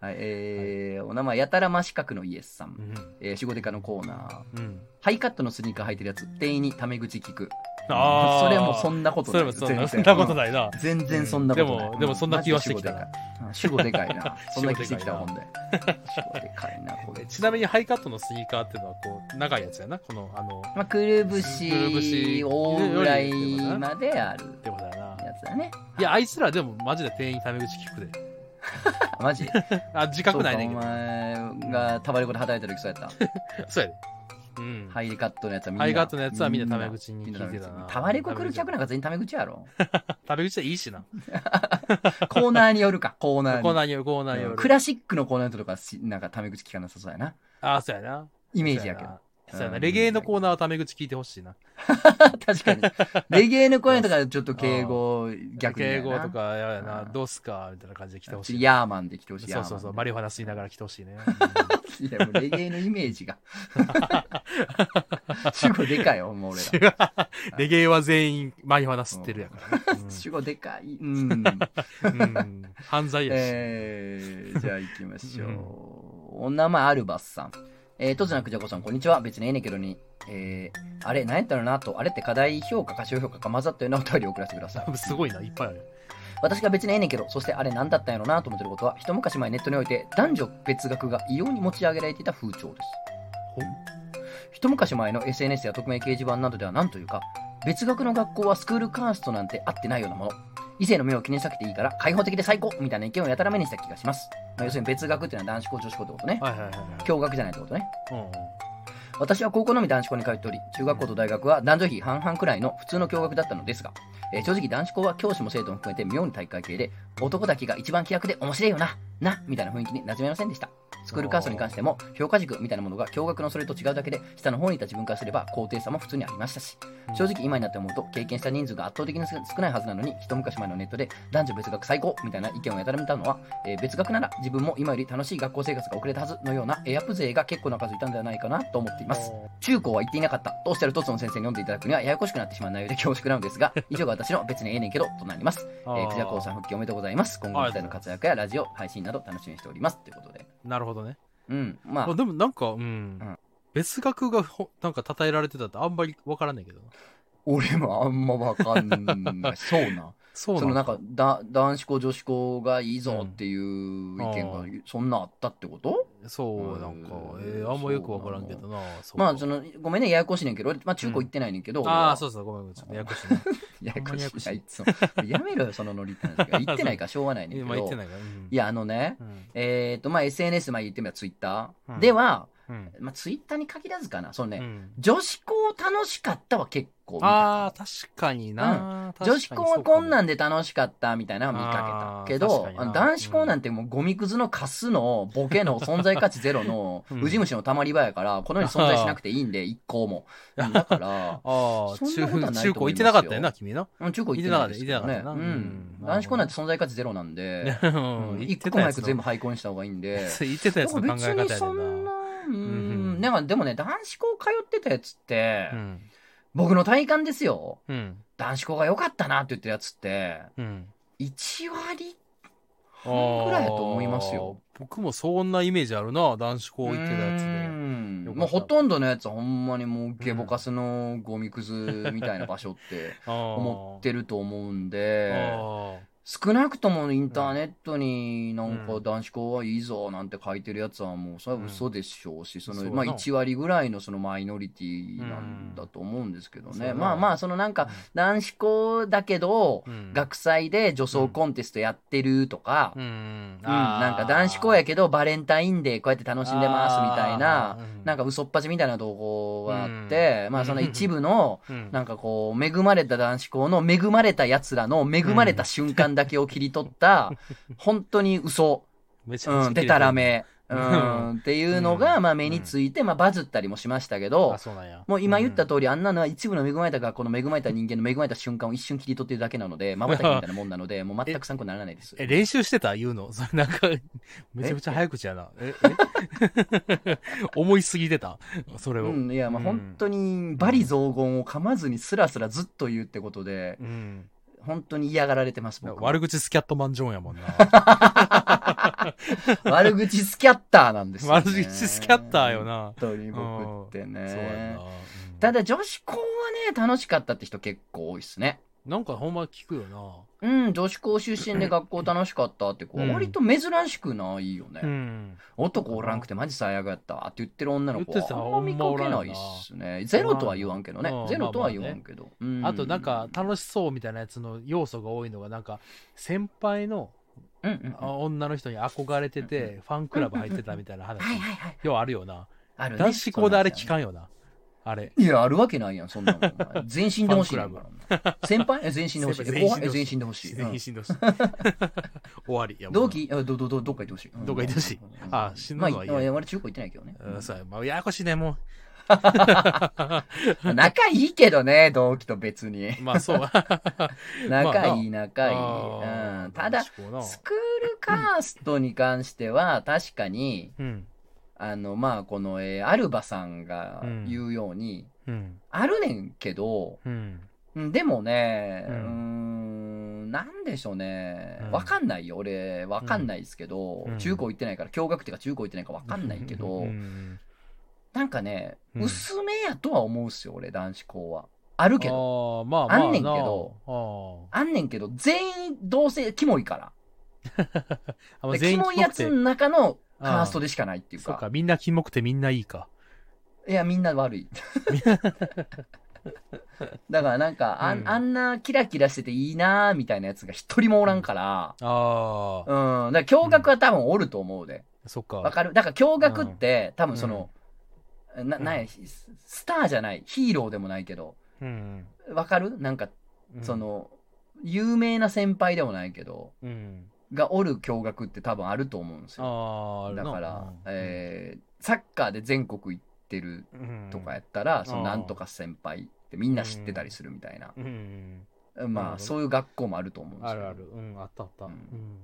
はい、えー、お名前、やたらま四角のイエスさん。えー、守護デカのコーナー。
うん。うん。
ハイカットのスニーカー履いてるやつ、店員にタメ口聞く。
ああ。
それはもうそんなこと
そ
な
れ
い。
もそんな
全
そ
然
んなことないな。
全然そんなことない。
でもでもそんな気はしてきたな
主語でかいな。そんな気してきた
主
もんで。主語でかいな、これ
え。ちなみにハイカットのスニーカーっていうのはこう長いやつやなこのあの
まあ、くるぶ
くるぶし
し、大ぐらいまである
ってことやな
やつだね。
いやあいつらでもマジで店員タメ口聞くで
あマ ジ
あ自覚ないねんけ
そうか
ど
お前がタバレコで働いてる時そうやった。
そうやでうん
ハイカットのやつはみんな。
ハイカットのやつはみんなタメ口に
みん
聞いてた
タメ
な
口タバレコ来る客なんか全員タメ口やろ。
タメ口はいいしな
コーナーによるか、コー
コ
ナーに。
ーナーによるコーナーによ
うん
る
クラシックのコーナーとかし、なんかタメ口聞かなさそうやな。
ああそうやな
イ
イ
メージやけど。
そうや
う
なんレゲエのコーナーはタメ口聞いてほしいな
確かに。レゲエの声とかちょっと敬語逆にや
敬
な。
語とかややな
うん
どうすかみたいな感じで来てほしい
ヤーマンで来てほしい。
そうそうそうマ
マ
リオハナ吸いながら来てほしいね
リいや、もうレゲエのイメージが。 主語でかいよ、もう俺ら。
レゲエは全員マリオハナ吸ってるやからねうん
主語でかい。 うん。
うん犯罪や し。
えー、じゃあ行きましょう。お名前アルバスさん。えー、とつなくじゃこさん、こんにちは。別にええねんけどに。えー、あれ、何やったのなと、あれって課題評価、過小評価か混ざったようなお便りを送らせてください。
すごいな、いっぱいある。
私が別にええねんけど、そしてあれ何だったんやろなと思ってることは、一昔前ネットにおいて男女別学が異様に持ち上げられていた風潮です。一昔前の SNS や匿名掲示板などでは何というか、別学の学校はスクールカーストなんてあってないようなもの。異性の目を気にしなくていいから開放的で最高みたいな意見をやたら目にした気がします。まあ、要するに別学っていうのは男子校女子校ってことね。
はいはいはいはい。
共学じゃないってことね。
うんうん
私は高校のみ男子校に通っており、中学校と大学は男女比半々くらいの普通の共学だったのですが、えー正直男子校は教師も生徒も含めて妙に体育会系で、男だけが一番気楽で面白いよな、な、みたいな雰囲気に馴染めませんでした。スクールカーストに関しても、評価軸みたいなものが共学のそれと違うだけで、下の方にいた自分からすれば高低差も普通にありましたし、正直今になって思うと、経験した人数が圧倒的に少ないはずなのに、一昔前のネットで男女別学最高みたいな意見をやたら見たのは、えー別学なら自分も今より楽しい学校生活が遅れたはずのようなエアップ勢が結構な数いたんではないかなと思っています。中高は言っていなかったとおっしゃる一つの先生に読んでいただくにはややこしくなってしまう内容で恐縮なのです が、以上が私の別にええねんけどとなります。え
あー
ー、クジャコウさん復帰おめでとうございます。今後の時代の活躍やラジオ、配信など楽しみにしております。ということで。
なるほどね。
うん。ま
あ
あ、
でもなんか、うん
ん。
別学がほなんか称えられてたってあんまりわからないけどな。
俺もあんまわかんない。そうな。
そう
その
な
なんんかだ男子校女子校がいいぞっていう意見
うんあ
がそんなあったってこと、
そう、なんか、えーあんまよくわからんけどな。そう
まあそのごめんねややこしいねんけど俺、まあ、中高行ってないねんけど、
ああ、そうそう、ごめん、ちょっとややこしいな。
ややこしい
ほんまにややこしい
あいつもやめろよそのノリって話行ってないからしょうがないねんけど
今言ってないから。うん
い。やあのね
うん
えっ、とまあ SNS まあ言ってみればツイッタ
うん
ーでは、
うん
まあ、ツイッターに限らずかなそのね、
うん
女子校楽しかったは結構見た
ああ、確かにな。
女子校はこんなんんで楽しかったみたいなのは見か
あー
けたけ
確
ど
かにな
男子校なんてもうゴミくずのカスのボケの存在価値ゼロの
うん
ウジ虫のたまり場やからこのように存在しなくていいんで一校もうんだ から
ああ、
そんなことはないと思います
中
よ
中高行ってなかったよな、君な。
うん中高行ってないですけど
行ってな
ね
かった
う
行ってなか
ん
ったうん
男子校なんて存在価値ゼロなんで
うん行っ
1個
てた
も
や
早
つ
く
の
全部廃校にした方がいいんで
言ってたやつの考え
別
方や
に
で
そんな
な。
う
うん
んなんかでもね男子校通ってたやつって
うん。
僕の体感ですよ
うん。
男子校が良かったなって言ってるやつって
うん。
1割
あ
ぐらいやと思いますよ。
僕もそんなイメージあるな、男子校行ってたやつ
う
で。
ん
よかった
もうほとんどのやつはほんまにもうゲボカス のゴミくずみたいな場所って
思
思ってると思うんで、少なくともインターネットになんか男子校はいいぞなんて書いてるやつはもうそれは嘘でしょうし、そ
そう
の
や
まあ
な
1割ぐらいのそのマイノリティなんだと思うんですけど
うんそう
ね。
やな
まあまあそのなんか男子校だけど
うん
学祭で女装コンテストやってるとか、
うん、うん
うん、なんか男子校やけどバレンタインデーこうやって楽しんでますみたいな、なんか
か、
嘘っぱちみたいな投稿があって、まあその一部の、
うん
なんかこう、恵まれた男子校の恵まれた奴らの恵まれた瞬間だけを切り取った、本当に嘘、
めちゃめち
うん、
ゃ切れてる
でたら。め、うん、っていうのが、
うん
まあ目について、まあバズったりもしましたけど
あ、、そうなんや。
もう今言った通り、あんなのは一部の恵まれた学校の恵まれた人間の恵まれた瞬間を一瞬切り取ってるだけなので、まばたきみたいなもんなので、もう全く参考にならないです。
え、練習してた言うのそ れなんか、めちゃめちゃ早口やな。え、え 思いすぎてたそれを。
うん、いや、まあ、
うん
本当に、罵詈雑言を噛まずにスラスラずっと言うってことで、
うん
本当に嫌がられてます、僕は。
悪口スキャットマンジョンやもんな。
悪口スキャッターなんですよ、ね。
悪口スキャッターよ。な。
本当に僕って
そうやな
ね。。
うん
ただ、女子校はね、楽しかったって人結構多いですね。
なんかほんま聞くよな。
うん、女子校出身で学校楽しかったって子は
うん
割と珍しくないよね。
ん。
男おらんくてマジ最悪やったわって言ってる女の子
言ってた
はあんま見かけないっすね。ゼロとは言わんけどね
うん。
ゼロとは言わんけど。
あとなんか楽しそうみたいなやつの要素が多いのがなんか先輩の
うんうんうん
あ女の人に憧れててファンクラブ入ってたみたいな話
はいはいはい。
ようあるよな。
あるね
男子校であれ聞
ん。
かんよな。あれ。
いや、あるわけないやん、そんなもん。お前全身で欲しいねんから。先輩え全身で欲しい。
先輩
え後輩え全
全
身で欲しい。
自然
うん
にしんどし い。終わり。やもう
同期あど、ど、ど、どっか行ってほしい。うん
どっか行ってほしい
うん
あ死ぬ
まあ、
の
い
はいい
やいや俺中高行ってないけどね。
うん、そうや。まあ、ややこしいね、 も
うん仲いいけどね、同期と別に。
う。まあ、そう。
仲いい、仲いい。
あー
うんただ、
男
ス
子校な
クールカーストに関しては、確かに、
うん。
あの、まあ、この、えーアルバさんが
うん
言うように、
うん。
あるねんけど、
うん。
うんでもね、う
う
ー
ん
ん、なんでしょうね
う。ん
わかんないよ、俺。わかんないですけど、
うん
中高行ってないから、驚学っていうか中高行ってないからわかんないけど、
うん
なんかね、
うん
薄めやとは思うっすよ、俺、男子校は。あるけど。
あーまあまあな。
あんねんけど
あ
あんねんけど、全員、どうせ、キモいから。
ー。あまあ
でキモいやつの中のカーストでしかないっていう
そう
か。
か、みんなキモくてみんないいか。
いや、みんな悪 い。だからなんか、あ,、
うん
ん、あんなキラキラしてていいなーみたいなやつが一人もおらんから、
ああ、
うん、だから驚愕は多分おると思うで。
そっ
わ
か。
かるだから驚愕って、多分その、な、なん
う
や、ススターじゃない、ヒーローでもないけど、
うん。
わかるなんか、
うん
そ、の、有名な先輩でもないけど、
うん。
がおる驚愕って多分あると思うんですよ。
ああ、
だから、えーサッカーで全国行ってる
ー
とかやったら、
ん
そのなんとか先輩ってみんな知ってたりするみたいな、
うん。なる
ま
ほ
あ
ど
そういう学校もあると思うんです
あ
けど
るある。うん、あったあった。
う
うんん。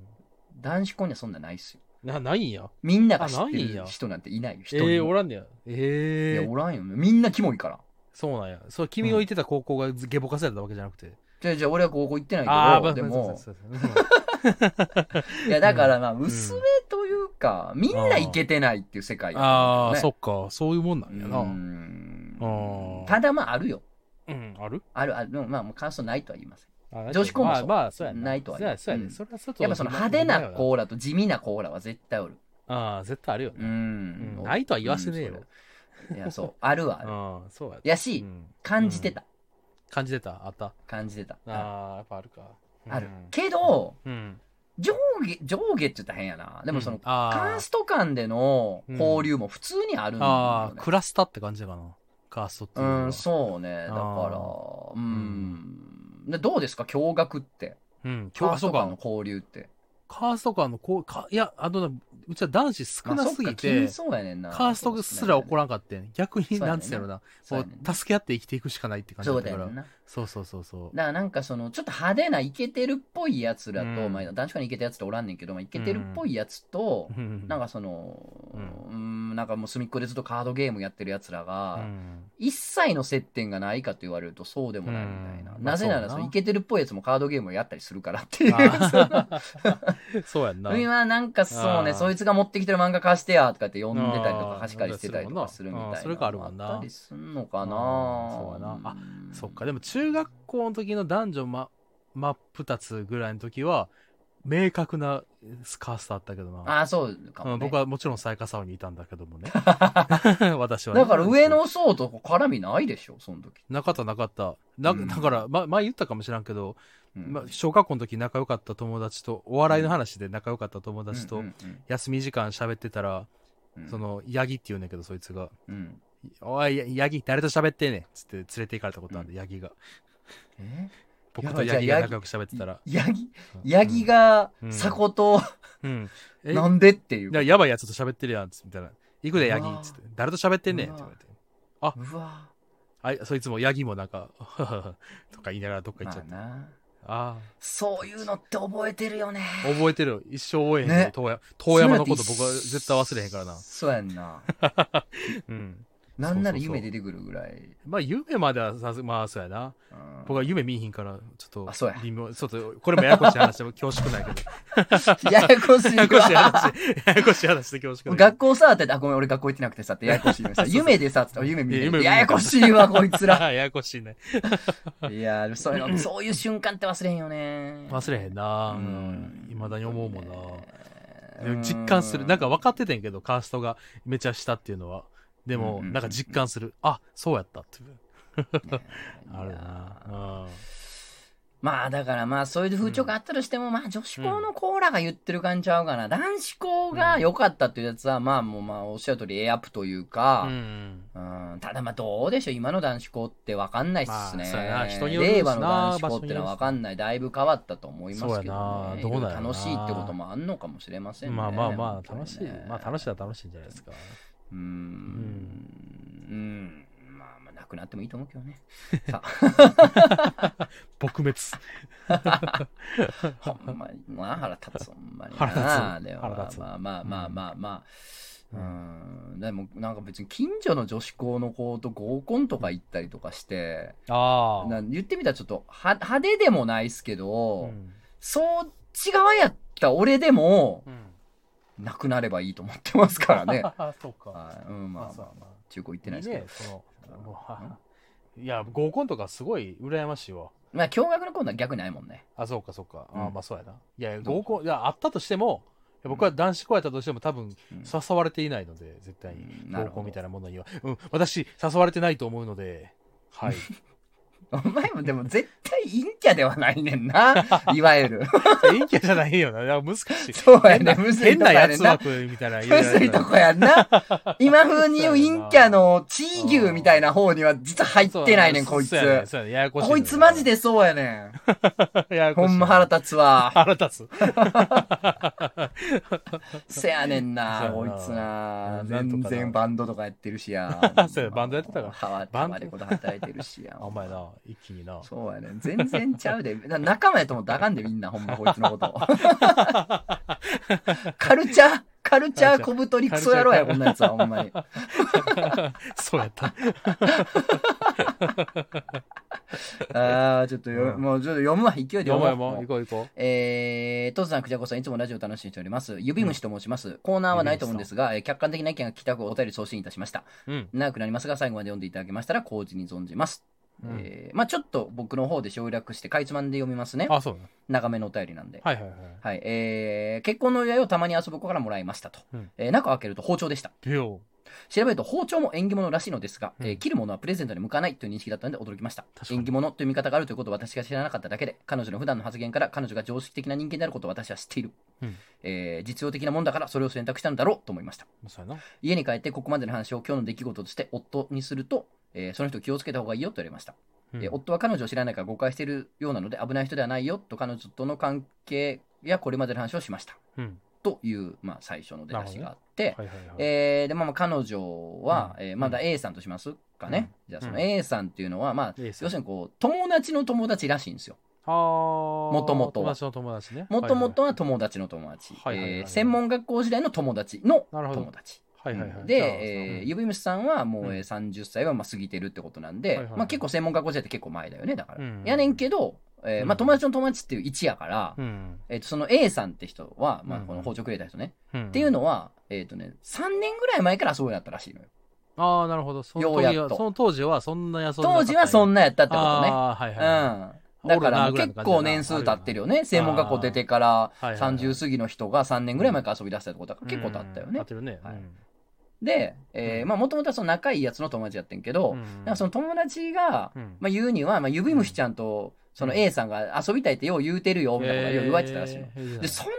男子校にはそんなないっすよ
な、ないんや。
みんなが知っ
あ
て
ないん
る
や
人なんていないよ一
え
人も、
ー、おらんねや。
い
え
や
え。
おらんよみんなキモいから
そうなんや。そう、君が行ってた高校が下ボカされたわけじゃなくて。
じゃあじゃあ俺は高校行ってないけど
ああ、まあ
で
そう
も
そう そうそう
いやだからまあ薄めというか、みんないけてないっていう世界だ
あ
よ
あ、
ね
そっか。そういうもんなんや
う
な。
ん
あー
ただまああるよ
うん、ある
あるあるでもまあもう感想ないとは言いません
あ
女子校もそう
まあまあ、そうや
ないとは
そうや、そうや
う
ね。
ん
それはちょっと。
やっぱその派手な
う。
コーラと地味なコーラは絶対おる
ああ、絶対あるよ
う
ね。
ん、
うんないとは言わせねえ
う
よ
んそれいや、そう。あるわある。
ああ、そうや。
や
う
し、
ん
感じてた。
感じてたあった
感じてた。あ
あーやっぱあるか
る。けど、
うん
上下、上下って言ったら変やな。でもその、
あ
カー
ー
スト間での交流も普通にあるんだ
あ
よ
ー
ね
クラスターって感じかなカーストっていううのは
ん、そうね。だか
あ
ら、うん。でどうですか驚愕って。
うん
カー
今日
ス
そ
ト
う
間
か
の交流って。
カーストかのこうかいやあのなうちは男子少
まあ
な
そっ
す
か
ぎ
気に
て
そうやねんな。
カーストすら起こ
ら
らんかってん逆に
そうやねんな
なんつうやろな
そ
も
う
う
やねんな
助け合って生きていくしかないって感じ
そ
だ
う
った
だ
か
よ
ら
な。
そうそうそうそう
だからなんかそのちょっと派手なイケてるっぽいやつらと、
うん
まあ、男子間にイケたやつっておらんねんけど、まあ、イケてるっぽいやつと、
うん
なんかその、う
うん
ーん、なんかもう隅っこでずっとカードゲームやってるやつら
う
が、
ん
一切の接点がないかと言われるとそうでもないみたいな。
うん
なぜなら、
まあ
そ
そうだな
のイケてるっぽいやつもカードゲームをやったりするからっていう。
あーそうやんな
今なんかそうね、
あー
そいつが持ってきてる漫画貸してやとかって読んでたりとか
あー
貸し借りしてたりとかするみたいな。
それがあるもんな
あったりすんのかな
あーそうやなあそっか、でも中学校の時の男女、ま、真っ二つぐらいの時は、明確なスカースだったけどな。
ああ、そうかも、ね
うん、僕はもちろん最下層にいたんだけど もね。 私はね、
だから上の層とか絡みないでしょ、その時。
なかったなかった。な
うん
だから、ま、前言ったかもしらんけど、
うん
ま、小学校の時仲良かった友達と、お笑いの話で仲良かった友達
う
と
ん、うん
休み時間喋ってたら、
うん
そ、の、ヤギって言うんだけど、そいつが、
うん
おい、ヤヤギ、誰と喋ってんねんつって連れて行かれたことあるんで、ヤギが。
え
僕
や
と
ばい
ヤギ
じゃあ
が
ヤギ
仲良く喋ってたら。
ヤギ、
うん
ヤギ、が
うん
鎖骨と、
うんうん。え、
なんでっていう。
だからやばいやつと喋ってるやん、つみたいな。行くで、ヤギ
うわ、ー
つって。誰と喋ってんねん、っ
う
て
わー
言われて。
うわ
あい、そいつもヤギもなんか、 とか言いながらどっか行
ま
っちゃ
あ
った。
な。
あ
そういうのって覚えてるよね。
あー、覚えてるよ。一生覚えへんけど、
ね
遠山遠山のこと僕は絶対忘れへんからな。
そうやんな。
うん。
なんなら
そうそうそう
夢出てくるぐらい。
まあ、夢まではさす、まあ、そうやな。
うん
僕は夢見えへんから、ちょっと、
あそうや
微妙。ちょっと、これもややこしい話でも恐縮ないけ ど。
ややこしい
ややこしい
わ。
話、ややこしい話で恐縮ない
学校さ、って、あ、ごめん、俺学校行ってなくてさ、ってややこ しいのさ。夢でさ、つって、あ夢見て
夢見
る。
て
ややこしい わ、こいつ
けど。
ら。
ああややこしいね。
いやー、そういうの、そういう瞬間って忘れへんよね。
忘れへんな。う
うん
ん。いまだに思うもんな。
ね
実感する。なんか分かっててんけど、カーストがめちゃ下っていうのは。で
うんうん
も、
うんうん
なんか実感する。あ、そうやったっていう。ある
いやー
な。
まあだからまあそういう風潮があったとしても、まあ女子校のコーラが言ってる感じちゃうかな、男子校が良かったっていうやつは、まあもうまあおっしゃる通り A アップという
うん。
か
う、ん。
うんただまあどうでしょう今の男子校って分かんないっすね,、
まあそうやな人によるしな
令和の男子校ってのは分かんないだいぶ変わったと思いますけど、ね、
そうやなどうなんやろな
楽しいってこともあんのかもしれませんね
まあまあま
本当
あ、
に
楽しい
ね。
まあ楽しいは楽しいんじゃないですか。
うーんうんまあまあなくなってもいいと思うけどね
撲滅。
ほんまに、まあ腹立つ、ほんまにな。
腹立つ
でも
腹立つ
まあまあまあまあまあ、うん、でもなんか別に近所の女子校の子と合コンとか行ったりとかして、
ああ
な。言ってみたらちょっとは派手でもないっすけど、
うん
そう違わやった俺でも、
うん
なくなればいいと思ってますから ね。
ああ、そうか。
はい、うん、まあ、
そうやな
中高行ってないですけど。
ね、その、もうはいいや、合コンとかすごい羨ましいわ。
まあ、驚愕のコーナー逆にないもんね。
あ、そうか、そうか。
うん
あまあ、そうやな。いや、
どう
合コン、いや、あったとしても、いや僕は男子校やったとしても多分
うん
誘われていないので、絶対に。
うんな
合
るほど
コンみたいなものには。うん、私、誘われてないと思うので、はい。
お前もでも絶対陰キャではないねん な。いわゆる。
陰キャじゃないよな。いや難しい。
そうや ね。
変な
むずい
変
とこ
な
や
や
ねん
つ
な。
枠みたいな。
むずいとこやんな。今風に言う陰キャの地位牛みたいな方には実は入ってないねん、こいつ。
そうやねそうやねややこしい。
こいつマジ。でそうやね
やや
ん。
こ
ほ
しい。
んま腹立つわ。
腹立つ。
せやねん
そう
な
や、な
こいつな。
なんと
全
かな。
然バンドとかやってるしや
そうやバンドやってたから
ら。
バ
た
ンド
までこと働いてるしや。
あんまやな。一気にな。
そうやねん。全然ちゃうで。な仲間やと思ったらあかんで、みんな、ほ んま、こいつのこと。カルチャー、カルチャー小太りクソ野郎や、こんなやつは、ほん まに。
そう やった。
ああ、ちょっとよ、
うん
もうちょっと読むわ、勢いで読
お
むわ。
前もう行こう行こ
えー、トズさん、クジャコさん、いつもラジオ楽しみにしております。指虫と申します。コーナーはないと思うんですが、えー客観的な意見が聞きたくお便り送信いたしました。
う。うん。
長くなりますが、最後まで読んでいただけましたら、高知に存じます。
うん
えー、まあちょっと僕の方で省略して、かいつまんで読みますね。
あ、そうだ。
長めのお便りなんで。
はいはいはい。
はい、えー、結婚の祝いをたまに遊ぶ子からもらいましたと。
うん
えー中を開けると包丁でした。
ピョー
調べると包丁も縁起物らしいのですが、
うん
えー切るものはプレゼントに向かないという認識だったので驚きました
確かに
縁起物という見方があるということを私が知らなかっただけで彼女の普段の発言から彼女が常識的な人間であることを私は知っている、
うん
えー実用的なもんだからそれを選択したのだろうと思いました
そうやな。
家に帰ってここまでの話を今日の出来事として夫にすると、えーその人気をつけた方がいいよと言われました
うん
えー夫は彼女を知らないから誤解しているようなので危ない人ではないよと彼女との関係やこれまでの話をしました
うん。
という、まあ、最初の出だしがあって、
はいはいはい。
えーでまあまあ彼女は、
うん
えーまあだ A さんとしますかね、じゃあそ
うん
の A さんっていうのは、まあ、
A さん
要するにこう友達の友達らしいんですよ
あー
元々は
友達の友達ね。
もともと
は
は友達の友達、
はいはいはいはい
えー専門学校時代の友達の
なるほど
友達
いはいはいはい。
で、
じゃあ
えー、ゆびむしさんはもう
うん
えー30歳はまあ過ぎてるってことなんで、
はいはいはい
まあ、結構専門学校時代って結構前だよねだから、
うん
やねんけど、えーまあ、
うん
友達の友達っていう位置やから、
うんうん。
えー、とその A さんって人は、まあ、
うん
この包丁くれた人ね、
うん
っていうのは、えーとね、3年ぐらい前からそうやったらしいのよ
ああ、なるほど。その
よ
当
うやっ
時は、
と
その当時はそんなやそんな。
当時はそん
な
なやったっ
か
て
った
こ
ん
と
や。
ね
ああ、はいはいは
うだから
おるなぐら
結
いの感じだな
構年数経ってるよね。専門学校出てから
いはいはい
30過ぎの人が3年ぐらい前から遊び出したってことだから結構経ったよね
経っ。てるね。
はい
うん
で、えーまあもともとはその仲いいやつの友達やってんけど、
うん
なんかその友達が、
うん
まあ言うには、まあ指虫ちゃんとその A さんが遊びたいってよう言うてるよ、みたいなことをよう言われてたらしいの。
えー
で、そんな、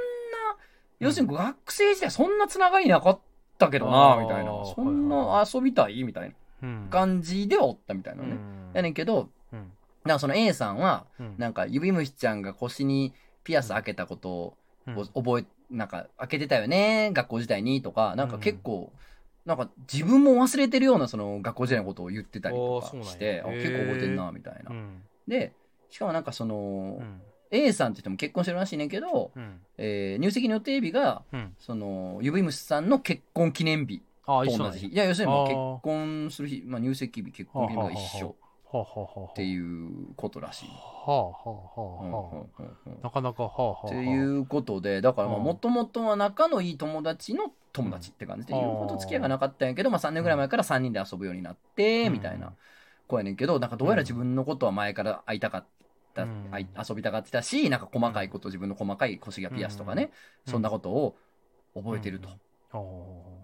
要するに学生時代そんなつながりなかったけどな、
あー
みたいな。
はいはい
そんな遊びたいみたいな
うん
感じではおったみたいなね。やねんけど、
うん
なんかその A さんは、
うん
なんか指虫ちゃんが腰にピアス開けたことを
うん
こう覚え、なんか開けてたよね、学校時代にとか、なんか結構、なんか自分も忘れてるようなその学校時代のことを言ってたりと
あーそう
か
なんや
して、あ
へー
結構覚えてんな、みたいな
う。ん
で、しかもなんかその、
うん
A さんって人も結婚してるらしいねんけど、
うん
えー入籍の予定日が、
うん
その、指虫さんの結婚記念日
ああ、
と
一緒な
同
んや
じ日。いや、要するにまあ
あ
結
ー
婚する日、まあ入籍日、結婚記念日が一
はあは
緒
あはあははあはあはあ。っ
っていうことらしい。
はあ
うん
はあ
うん
はあは
うんうん
あ。なかなかはあはあはあ。
ということで、だから
うん
もともとは仲のいい友達の友達って感じで、
うん
言うほど付き合いがなかったんやけど、まあ3年ぐらい前から3人で遊ぶようになって、みたいな子やねんけど、なんかどうやら自分のことは前から会いたかった、
うん
会い遊びたがってたし、なんか細かいこと、自分の細かい腰がピアスとかね、そんなことを覚えてると
と。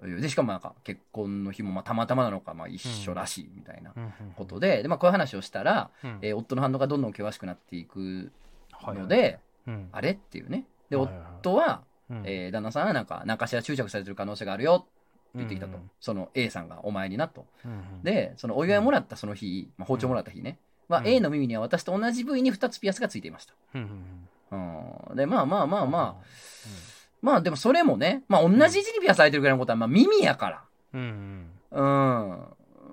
あ
いう。で、しかもなんか結婚の日もまあたまたまなのか、まあ一緒らしいみたいな
あ。
ことで、でまあこういう話をしたら、
うん
えー夫の反応がどんどん険しくなっていく
はい
ので、
うん
あれっていうね。で、
はいはいはい
夫は、
うん
えー旦那さんはなんか何かしら注着されてる可能性があるよって言ってきたと、
うん
その A さんがお前になと
うん
でそのお祝いもらったその日、まあ、包丁もらった日ね、まあ
う、ん
A の耳には私と同じ部位に2つピアスがついていました、
うんうん
うん、でまあまあまあまあ
あ
まあでもそれもね、まあ、同じ位置にピアス開いてるぐらいのことはまあ耳やから
うんうん
うん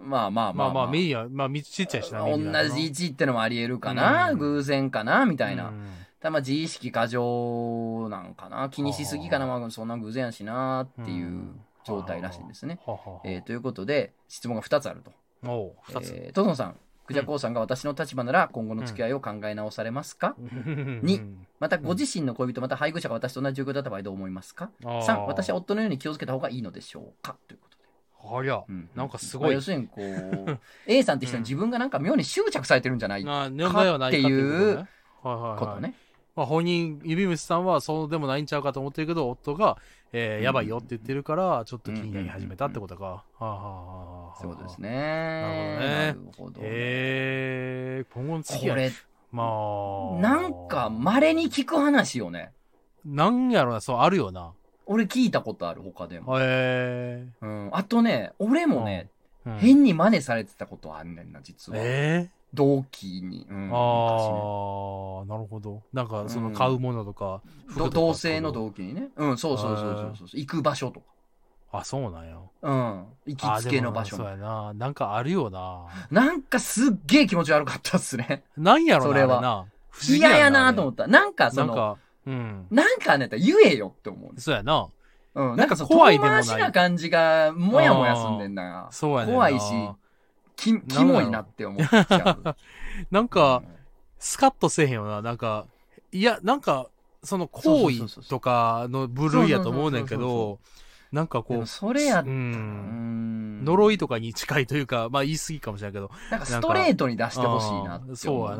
まあまあまあ
まあまあメイヤまあみちっちゃいしな
同じ位
み
置ってのもありえるかな、
うん
偶然かなみたいな、
うん
ただまあ自意識過剰なんかな気にしすぎかな、
は
まあ、そんな偶然やしなっていううん状態らしいんですね。
はあはあ
えーということで質問が2つあると。
おう二つ
えートドンさん、クジャコウさんが私の立場なら今後の付き合いを考え直されますか、 にまたご自身の恋人また配偶者が私と同じ状況だった場合どう思いますか ?3 私は
は
夫のように気をつけた方がいいのでしょうかということで。
ありゃ
うん
なんかすごい
まあ要するにこう A さんって人に自分がなんか妙に執着されてるんじゃない
な年代はないか
っていう
はいはいはい
ことね。
まあ、本人、指虫さんはそうでもないんちゃうかと思ってるけど、夫が、えーやばいよって言ってるから、ちょっと気になり始めたってことか。はあはあはあ
そういうことです
ね。
ね。
なる
ほどね
へえー、今後の付き
こ
合い。
れ
まあ。
なんか、稀に聞く話よね。
なんやろな、そう、あるよな。
俺聞いたことある、他でも。
へ
うん。あとね、俺もね、
えー。うん
変に真似されてたことあんねんな、実は。
え
同期に。うん昔ね
ー、ああ、なるほど。なんか、その、買うものとか、服と
ど
か
同性の同期にね。うん、そうそうそうそうそう。行く場所とか。
あ、そうなんや。
うん。行き
あ
つけの場所
でも。そうやな。なんかあるよな。
なんかすっげえ気持ち悪かったっすね。
なんやろな、
それは
あな。不思議
嫌やなと
思
思
っ
った。なんか
な
そ
ん
の、
か、うん。
なんかね、言えよって思う。
そうやな。
うん。
な
なんん
か
かその
怖い
遠
でもない
回しな感じが、もやもやすんでんな。
そうやねんな。
怖いしき、キモいなって思っちゃう。
なんか、スカッとせえへんよな。なんか、いや、なんか、その行
そうそうそうそ
為とかの部類やと思うねんけ
そうそうそ
ど、なんか
で
こ
も
う、
それやったら
う
うんん
呪いとかに近いというか、まあ言い過ぎかもしれんけど、
なんかストレートに出してほしいなって思
あー
う
そうや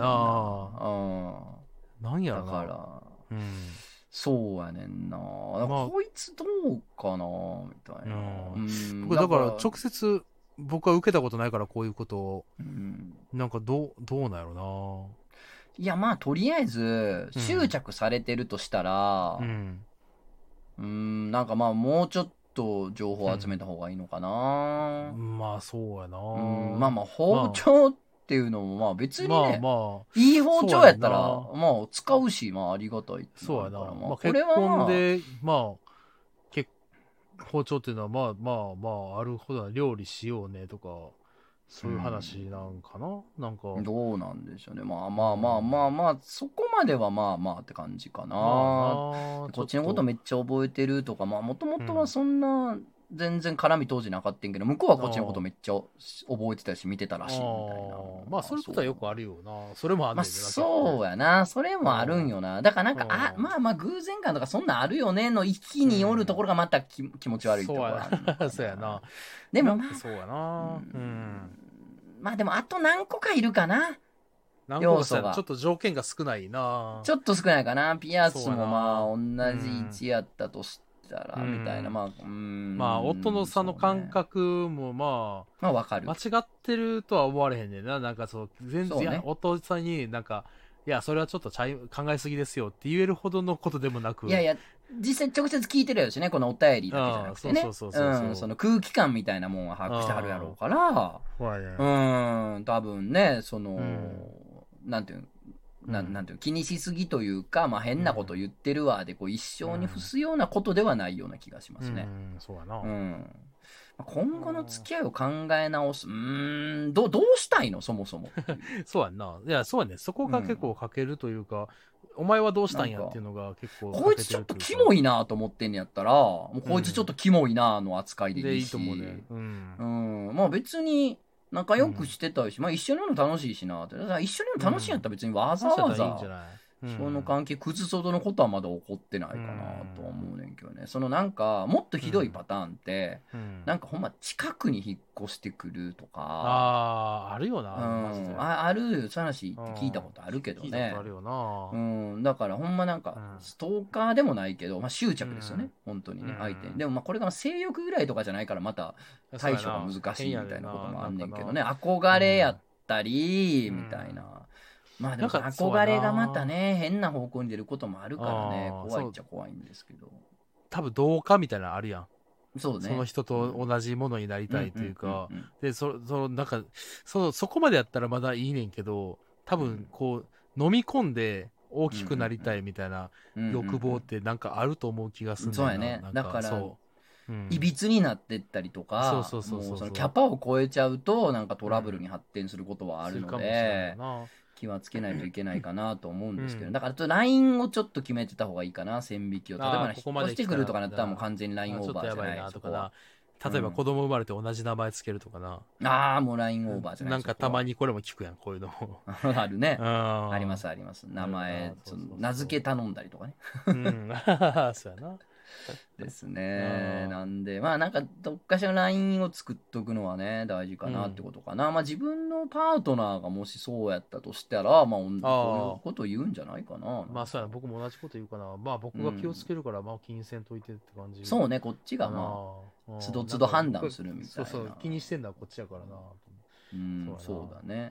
なう
なんやろ
ん
な。
だから
うん。
そうやねんなだから
まあ
こいつどうかなみたいな
う
うん
僕だから直接、僕は受けたことないからこういうことを、
うん
なんかどう、どうなんやろ
いやまあとりあえず
うん
執着されてるとしたら
な。うん。
うんなんかまあもうちょっと情報を集めた方がいいのかな
まあそうやな。
うんまあまあ包丁っていうのもまあ別にね
まあまあ、
いい包丁やったら、
そう
まあ、使うし、まあ、ありがたい。
そうや
だ
な。
からまあ、
まあ、
こ
結
れは、
婚で、まあ、結包丁っていうのは、まあまあまあ、あるほどな料理しようねとか、そういう話なんかな、なんか。
どうなんでしょうね。まあまあまあまあまあ、そこまではまあまあって感じかな。
まあな
こっちのことめっちゃ覚えてるとか、まあ、もともと
う
は
ん
そんな、全然絡み当時なかったんけど、向こうはこっちのことめっちゃ覚えてたし、見てたらしいみたいな
あー。まあ、そういうことはよくあるよな。それもあん
ま
ね
あ
んけどな
そうやな。それもあるんよな。だからなんか、あ、
うん
まあまあ偶然感とかそんなんあるよねの域によるところがまた気気持ち悪いところ あるのか
そうやな。
でもま
なんか
あ、
そうやな。うん。
まあでもあと何個かいるかな。
何個かし
要素
たら
が
ちょっと条件が少ないな
ちょっと少ないかな。ピアスもま
そう
あ
な
同じ位置やったとしたら、
うん
みたいな。まあ、うん。
まあ、夫の差の
そ
感
うね。
覚もま
まあわか
あ、
る
間。違ってるとは思われへんねんな。なんかそう、全
そう
然、
ね
いや夫さんになんか、いや、それはちょっとちゃい考えすぎですよって言えるほどのことでもなく。
いやいや、実際直接聞いてるやろしね、このお便りだけじゃなくてね。
ああそうそうそうそうそうん
その空気感みたいなもんは把握してはるやろうから、
怖いね。
うん、多分ね、その、
ん
なんていうのな
うん
なんていうの気にしすぎというか、まあ、変なこと言ってるわでこう一生に付すようなことではないような気がしま
う
すね。
ん、そうやな。
うん、今後の付き合いを考え直す、うーん、どうどうしたいの、そもそも。
そうやんな。いや、そうやね。そこが結構欠けるというか、お前はどうしたんやっていうのが結構
こいつちょっとキモ
い
いなと思ってんねやったら、もうこいつちょっとキモいなの扱いで
で
いい
いい
し、
と思うね。うん
う。ん、まあ別に仲良くしてたし、まあ一緒になるの楽しいしなって、だから一緒になるの楽しいんやったら別にわざ
話
わ
したらいいんじゃ
ざ、
ない
その関係崩そうとのことはまだ起こってないかなとは思うねんけどね。そのなんか、もっとひどいパターンって、なん
か、
かほんま近くに引っ越してくるとか、
ああ、あるよな。マジ
う
で
ん、ああるそういう話聞いたことあるけど
聞いたこ
ね
とあるよな
う。ん、だからほんまなんか
うん
ストーカーでもないけど、まあ、執着ですよね、
うん
本当に
う
ね
ん
相手にでもまあこれが性欲ぐらいとかじゃないからまた対処が難しいみたいなこともあんねんけどね
あ
憧れやったり
うん
みたいな、まあでも
なんか
憧れがまたね変な方向に出ることもあるからね
あー
怖いっちゃ怖いんですけど
多分同化みたいなのあるやん。
そうね
その人と同じものになりたいというか。
んんんん
で、そ、その、なんか、その、そこまでやったらまだいいねんけど、多分、こう、飲み込んで大きくなりたいみたいな
うんうんうん
欲望ってなんかあると思う気がするんだ
そうやねだから
そう、うん
いびつになってったりとか、
そうそうそうそう
ものキャパを超えちゃうと、なんかトラブルに発展することはあ
す
る
るか
の
もしれない
で、
な
気はつけないといけないかなと思うんですけど、
うん
だからちょっと LINE をちょっと決めてた方がいいかな、線引きを。例えば
あー
ね、
こ
引
こ
っ
ま
越
で
してくるとかなったらもう完全に
あ
LINE
ち
オ
ょ
ー
っ
バ
と
ー
や
じゃ
ば
ないい
な
そ
と
こ
か
は
な。例えば子供生まれて同じ名前つけるとかな。
ああ、もう LINE オーバーじゃない
なんかたま
に。
にこれも聞くやん、こういうの も。
そこはあるね。
あ。
ありますすあります。名前、
そ
そう
そうそう
の名付け頼んだりとかね。
うん。 そうやな。
ですね
う。ん
なんで、まあなんかどっかしら LINE を作っとくのはね、大事かなってことかな。まあ自分のパートナーがもしそうやったとしたら、まあ同じこういうこと言うんじゃないかな。
まあそうやな、僕も同じこと言うかな。まあ僕が気をつけるから、まあ気にせんといてって感じ。
そう
ね。
ね、こっちがまあ、
あ
つどつど判断するみたいな
そうそう、気にしてんのはこっちやからな。
うん、
そうや
そ
な
うだね。
うん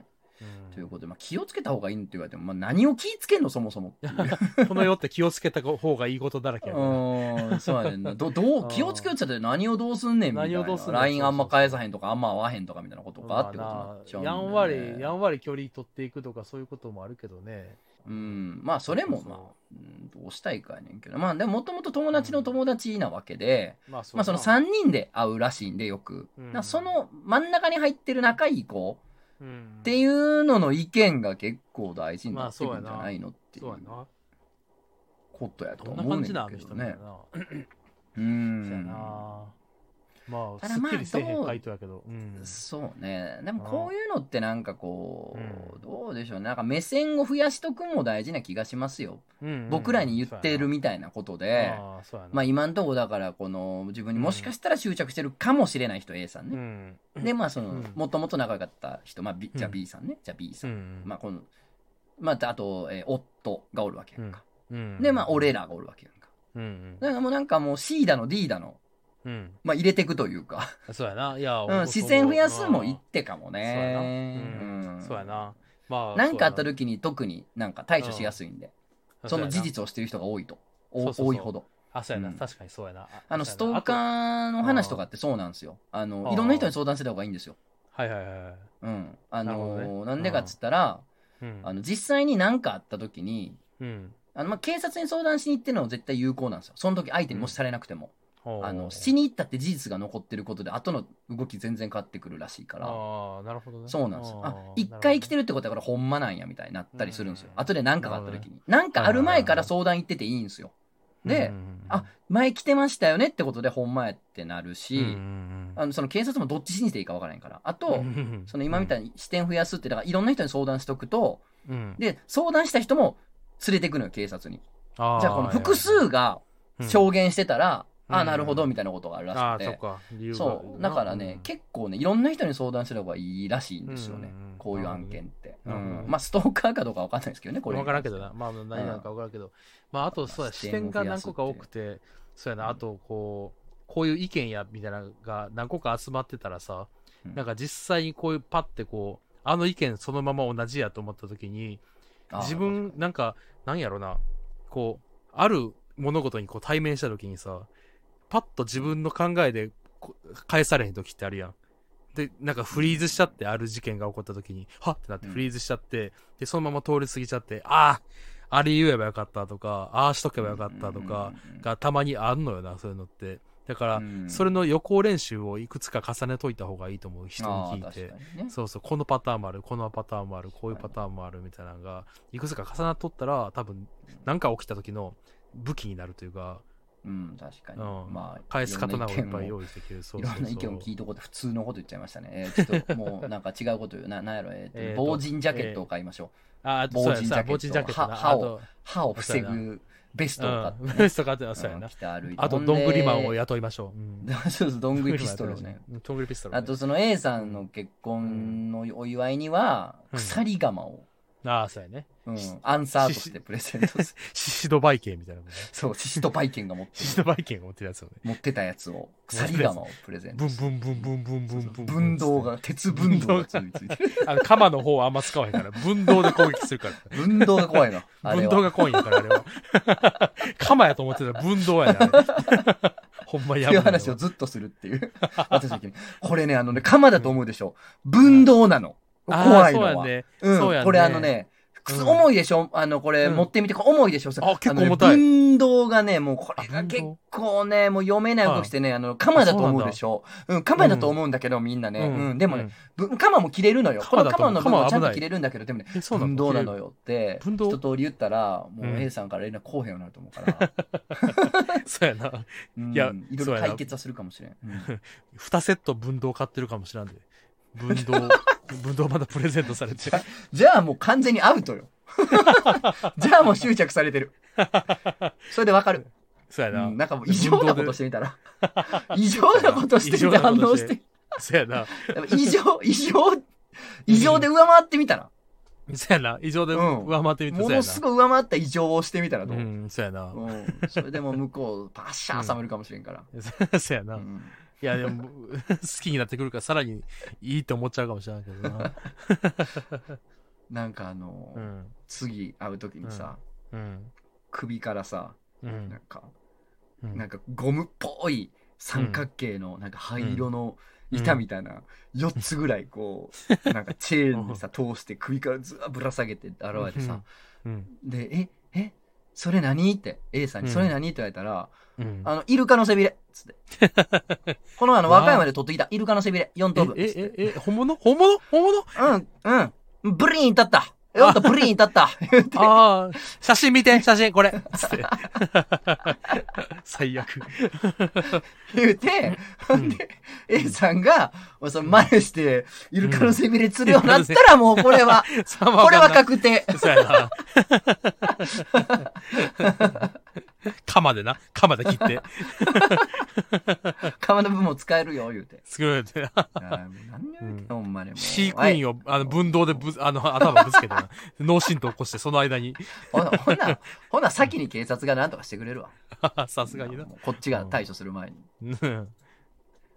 ということで、まあ気をつけた方がいいって言われても、まあ何を気ぃつけんの、そもそもっていう。
この世って気をつけた方がいいことだらけやから。
うん、そうやねんな。ど、ど
う
う、
ん
気をつけようって言ったら何をどうすんねんみたい
何をどうすん
な。
ねん
LINE あんま
そうそうそ
返
う
さへんとか、あんま会わへんとかみたいなことかってことになっちゃうんだ
や
よね
んわり、やんわり距離取っていくとかそういうこともあるけどね。
うん、まあそれも
そう
まあ、うん、どうしたいかやねんけどまあでももともと友達の友達なわけで、
まあそ
まあその
三
3人で会うらしいんでよく、
うん
なその真ん中に入ってる仲いい子
っ
っていうのの意見が結構大事になってくるんじゃないのってい
そうや
う
な。
ことやと
どんな
思う
感
ね
じなんん
け
の人
ど
みたい
ね
な。そ
うん
うやな。まあ、
た
す
だ
っ
まあ
きりせえへ
ど
ん
う
回答やけど。うん。
そうねでもこういうのってなんかこう、
うん
どうでしょうねなんか目線を増やしとくのも大事な気がしますよ、
うんうん
僕らに言ってるみたいなこと
そうや
で
な。ああ、そうやな。
まあ今んとこだからこの自分にもしかしたら執着してるかもしれない人 A さん
う
ね、
ん。
でまあその
うん
もともと仲良かった人、まあ、B
うん
じゃあ B さんね、じゃあ B さ、
うんん。
まあこのまたあと、えー夫がおるわけやんか、
うん
でまあ俺。らがおるわけやんか
うん
だからもうなんかもう C だの D だの
うん。うん。
まあ入れてくというか、
そうやな。いや、
うん、視線増やすも一手かも
そうやな。う
ね
ん。そうや
な
な。まあ。
なんかあった
そうや
時に特になんか対処しやすいんで、
な
その事。実をしてる人が多いと
そ
お
うそうそう
多いほど
あ、そうや
う
な。
ん
確かにそうやな。
あの、ストーカ
ー。
ーの話とかってそうなんですよ。あの、
あ
いろんな人に相談してた方がいいんですよ。
はいはいはい。
うん。あ
なるほどね
のー、なんでかっつったら、
うん
あの、実際に何かあった時に、
うん。
あの、まあ、警察に相談しに行ってるのは絶対有効なんですよ。その時相手にもしされなくても。
ほう
あの、しに行ったって事実が残ってることで、後の動き全然変わってくるらしいから。
ああ、なるほどね。
そうなんですよ。
あ
あ
ー、
一回来て
なる
るってことだからほんまなんやみたいになったりするんですよ。
うん
後で何かがあった時に。なんかある前から相談行ってていいんですよ。
ほどね
で
うんうんうん
あ、前来てましたよねってことでほんまやってなるし、
うんうんうん
あの、その警察もどっち信じていいかわからへんから。あと、
うんうんうん
その今みたいに視点増やすって、だからいろんな人に相談しとくと、
うん
で、相談した人も連れてくのよ、警察に。
あー
じゃあこの複数が
うん
証言してたら、ああ、なるほど、みたいなことがある
あ
ら
あ、
し
そ
く。
ってか。理由が
そう。だからね、結構ね、いろんな人に相談すればいいらしいんですよね
うんうんうん。
こういう案件って。う
なるほどね
んまあ、ストーカーかどうかわかんないですけどね、これ。
分からんけどな。。まあ、何なのか分からんけど。まあ、あと、そうや、視点が何個か多くて、そうやな、あと、こう、こういう意見や、みたいなのが何個か集まってたらさ、
うん
なんか実際にこういうパッてこう、あの意見そのまま同じやと思った時に、
あー
自分、なんか、なんやろな、こう、ある物事にこう対面した時にさ、パッと自分の考えでこ返されへん時ってあるやん。で、なんかフリーズしちゃって、ある事件が起こった時に、はっってなって
うん
フリーズしちゃって、で、そのまま通り過ぎちゃって、ああ、あれ言えばよかったとか、ああしとけばよかったとか、、がたまにあんのよな、そういうのって。だから、それの予行練習をいくつか重ねといた方がいいと思う、人に聞いて。そうそう、このパターンもある、このパターンもある、こういうパターンもあるみたいなのが、いくつか重なっとったら、多分なんか起きた時の武器になるというか、
うん、確かに。
うん
まあ、
返す刀をいっぱい
用
用意してきてる。そう
い
そ
ろ
うそうん
な意見を聞いたこと、普通のこと言っちゃいましたね。えーちょっともうなんか違うこと言う。な なんやろ、えー
えー
と防
と
塵ジャケットを買いましょう。
あ、あと
防
そう
塵
や
ジャケ
さ、防
ット
塵ジャケットな。
は
あと、
歯を防ぐベストを買って
う
ね
ん、ベスト買ってた、そうや
うん
な
着。て歩いて。
あと、
ほんで
ドングリマンを雇いましょううん。
そうそう、どんぐりピストルを
ドングリマン
ね
雇い。ましょううんドングリピストルね。
あと、その A さんの結婚のお祝いには、
うん
鎖釜を、
ああ、そうやね。
うん、アンサーとしてプレゼントする。
シシドバイケンみたいなもんね。
そう、シシトバイケンが持って
シシド
る
バイケンが持ってるやつをね。
持ってたやつを、鎖釜をプレゼン
ブ
ト
ン
す
ブ
る。
ンブンブンブンブンブン。
分動。が、鉄分動がついてる。
あの、鎌の方はあんま使わへんから、分動で攻撃するから。
分動が怖いな。あれ
分動
は。
が怖いんやから、あ れは。鎌やと思ってたら分動やね。あれ ほんま
っ
や
ていう
ばい
話を
よ。
ずっとするっていう。 私の時にこれね、あのね、鎌だと思うでしょ。分動なの。怖
ああー、
い
そ
のは
うやん。ね。
うん
そうやね
これあのね、
うん
重いでしょあの、これ、
うん
持ってみて、これ重いでしょさ
あ結構
のね
重たい
分動がね、もうこれ
あ
が
分動
結構ね、もう読めない動きしてね、あの、鎌だと思うでしょうん、鎌だと思うんだけど、みんなね。うん、でもね、ぶ鎌も切れるのよ。こ
鎌
の
だと思
鎌の部
う
分はちゃん
鎌
と
は危ない
切れるんだけど、でもね、
えそうなの
分動なのよって、
分動
一通り言ったら、もう
うん
A さんから連絡こうへんようになると思うから、
そうやな。
うん
いや
いろい
そう
ろ
やな
解決はするかもしれん。うん
2セット分動買ってるかもしらんで。分動、 分動まだプレゼントされて。
じゃあもう完全にアウトよ。 じゃあもう執着されてる。それでわかる。
そうや
う
な。
んなんかもう異常なことしてみたら。異常なことしてみて 反応して。
そうやな。
異常、異常、異常で上回ってみたら。
そうやな。異常で
うん
上回ってみて、
も
そうや
のす
な。
ごい上回った異常をしてみたらど
う
う、
ん、そうやな。
うんそれでもう向こう、パッシャー冷めるかもしれんから。
そうやな。
う
い
ん
や、でも、 好きになってくるから、さらにいいと思っちゃうかもしれないけど な。
なんかあの、
うん。
次会う時にさ、
うん。
首からさ、
うん
なんか、
うん
なんかゴムっぽい三角形のなんか灰色の板みたいな4つぐらいこ うなんかチェーンにさ通して首からずわぶら下げて現れてさ
うん。
で「ええそれ何?」って A さんに「
うん
それ何?」って言われたら
うん
「あのイルカの背びれ」っつって 「このあの
わあ
和歌山で取ってきたイルカの背びれ4等分」
え
っつっ、
え
て、
え、え、本物本物本 物
「うんうんブリーン立ったよっとブリーン立 った」言って
ああ、写真見て、写真、これ。つって。 最悪。
言うて、
う
ほ
ん
んで、A さんが、おその真似して、イルカの背びれ釣るようになったら、もうこれは、
さあまあ
これは
わかん
確定。
ないそうやな。鎌でな。鎌で切って。
川の部分も使えるよ、言うて。
すごい って。
あーもう何言うてんのほんまにもう。
飼育員
を。
を、あの、分動でぶ、あの、頭ぶつけてな。脳震盪起こして、その間に。
ほな、ほな、ほな、先に警察が何とかしてくれるわ。
さすがにな。
もうこっちが対処する前に。
うん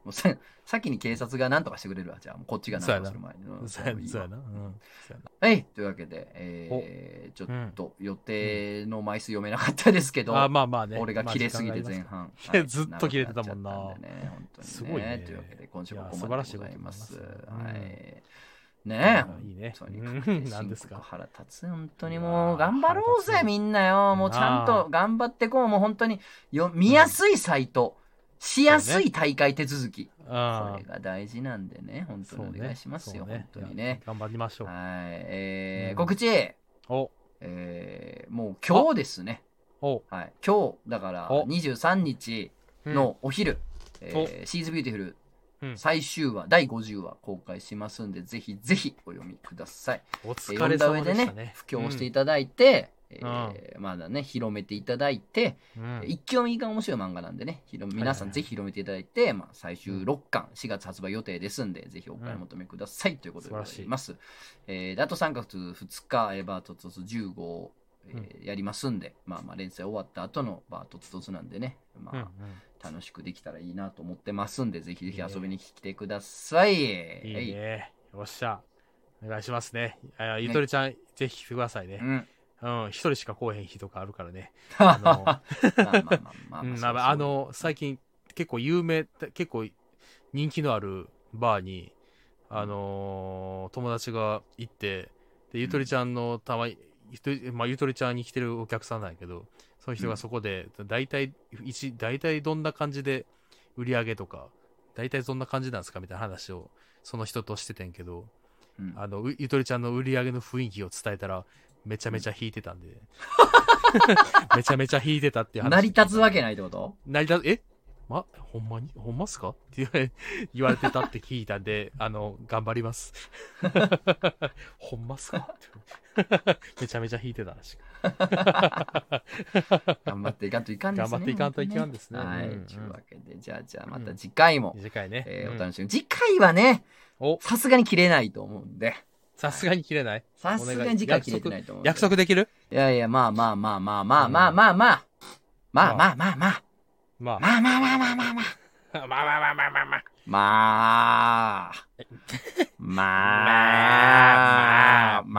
もうさ先に警察が何とかしてくれるわ。じゃあ、もうこっちが何とかする前に。うん
そうや
もういいわ
そうやな。うん。そうやな
はい。というわけで、えー、ちょっと予定の枚数読めなかったですけど。
あまあまあね。
俺が切れすぎて
まあ時間があ
前
ります
半。
いやずっと切れてたもんな
長くっちゃったんでね本当にね
すごいね
というわけで、今週
い
も
や
ここまででございます。
素晴らしいこと
は
だ
い
ね。
ね
うん
え、
いいね
本当に
うん
確定申告
何ですか
腹立つ。本当に
い
も
や
う、頑張ろう
腹
ぜ、
立つ
みんなよ。もうちゃん
な
と頑張ってこう。もう本当によ、見やすいサイト、しやすい大会手続き。こ
あ
れが大事なんでね、本当
そう
に
ね
お願いしますよ、
そう
本当にね。。
頑張りましょう。
はい。え
う
ー、
ん
告知、
お、
えー、もう今日ですね。
お、
はい、今日だから
お
23日のお昼、えーシーズビューティフル
うん
最終話、第50話公開しますんでぜひぜひお読みくださいえ
お
ー
疲
読
れ
んだ上
様
で
でした
ね
ね。
布教してい
た。
ただいて、えーまだね、広めていただいて、
うん
一挙目が面白い漫画なんでね、広め皆さんぜひ広めていただいて、まあ、最終6巻、4月発売予定ですんで、ぜひお買い求めください、ということでございます。えーであと3月2日、えーバートツトツ15を、えーやりますんで、まあまあ連載終わった後のバートツトツなんでね、ま
うんう
あ
ん、
楽しくできたらいいなと思ってますんで、ぜひぜひ遊びに来てください。
いい
はい
ね。よっしゃ。お願いしますね。あゆとりちゃん、ぜひ来てくださいね
う。ん。
うん、一人しか来おへん日とかあるからね。
あ
の
まあまあまあまあ
うん、
まあそうそう
あの、最近、結構有名、結構人気のあるバーに、あのー友達が行って、で、ゆとりちゃんの、たまに、ゆとりまあ、ゆとりちゃんに来てるお客さんなんやけど、その人がそこで、大体、一、大体どんな感じで売り上げとか、大体どんな感じなんですかみたいな話を、その人としててんけど、
うん
あの、うゆとりちゃんの売り上げの雰囲気を伝えたら、めちゃめちゃ引いてたん で。めちゃめちゃ引いてたっていう話。
成り立つわけないってこと
成り立つ、えま、ほんまにほんますかって言われ、 言われてたって聞いたんで、あの、頑張ります。 ほんますかって めちゃめちゃ引いてたらしく。
頑張っていかんといかんですね。
頑張っていかんといかんですね
本当に
うんう
は
ん
い。というわけで、じゃあ、じゃあ、また次回も、
次回ね。
えー
う
お
ん
楽しみに。次回はね、
お、
さすがに切れないと思うんで、
さすがに切れない
さすがに次回切れてないと思うんで。
約束できる
いやいや、まあまあまあまあまあまあまあまあ。まあまあまあまあ。
ま
まあまあまあまあまあまあ。
あ、まあまあ
まあ。まあ。まあ。
まあまあまあまあ。ま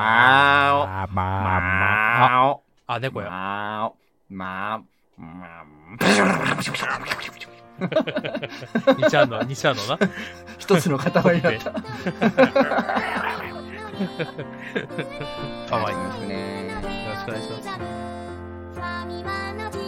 あまあまあ。あ
まあ。
あ、猫や。
まあ。まあ。まあ。
二ちゃんの、二ちゃん のな。
一つの塊だった。
かわいい。よ
ですね。
ろしくお願いします。
ファミマの時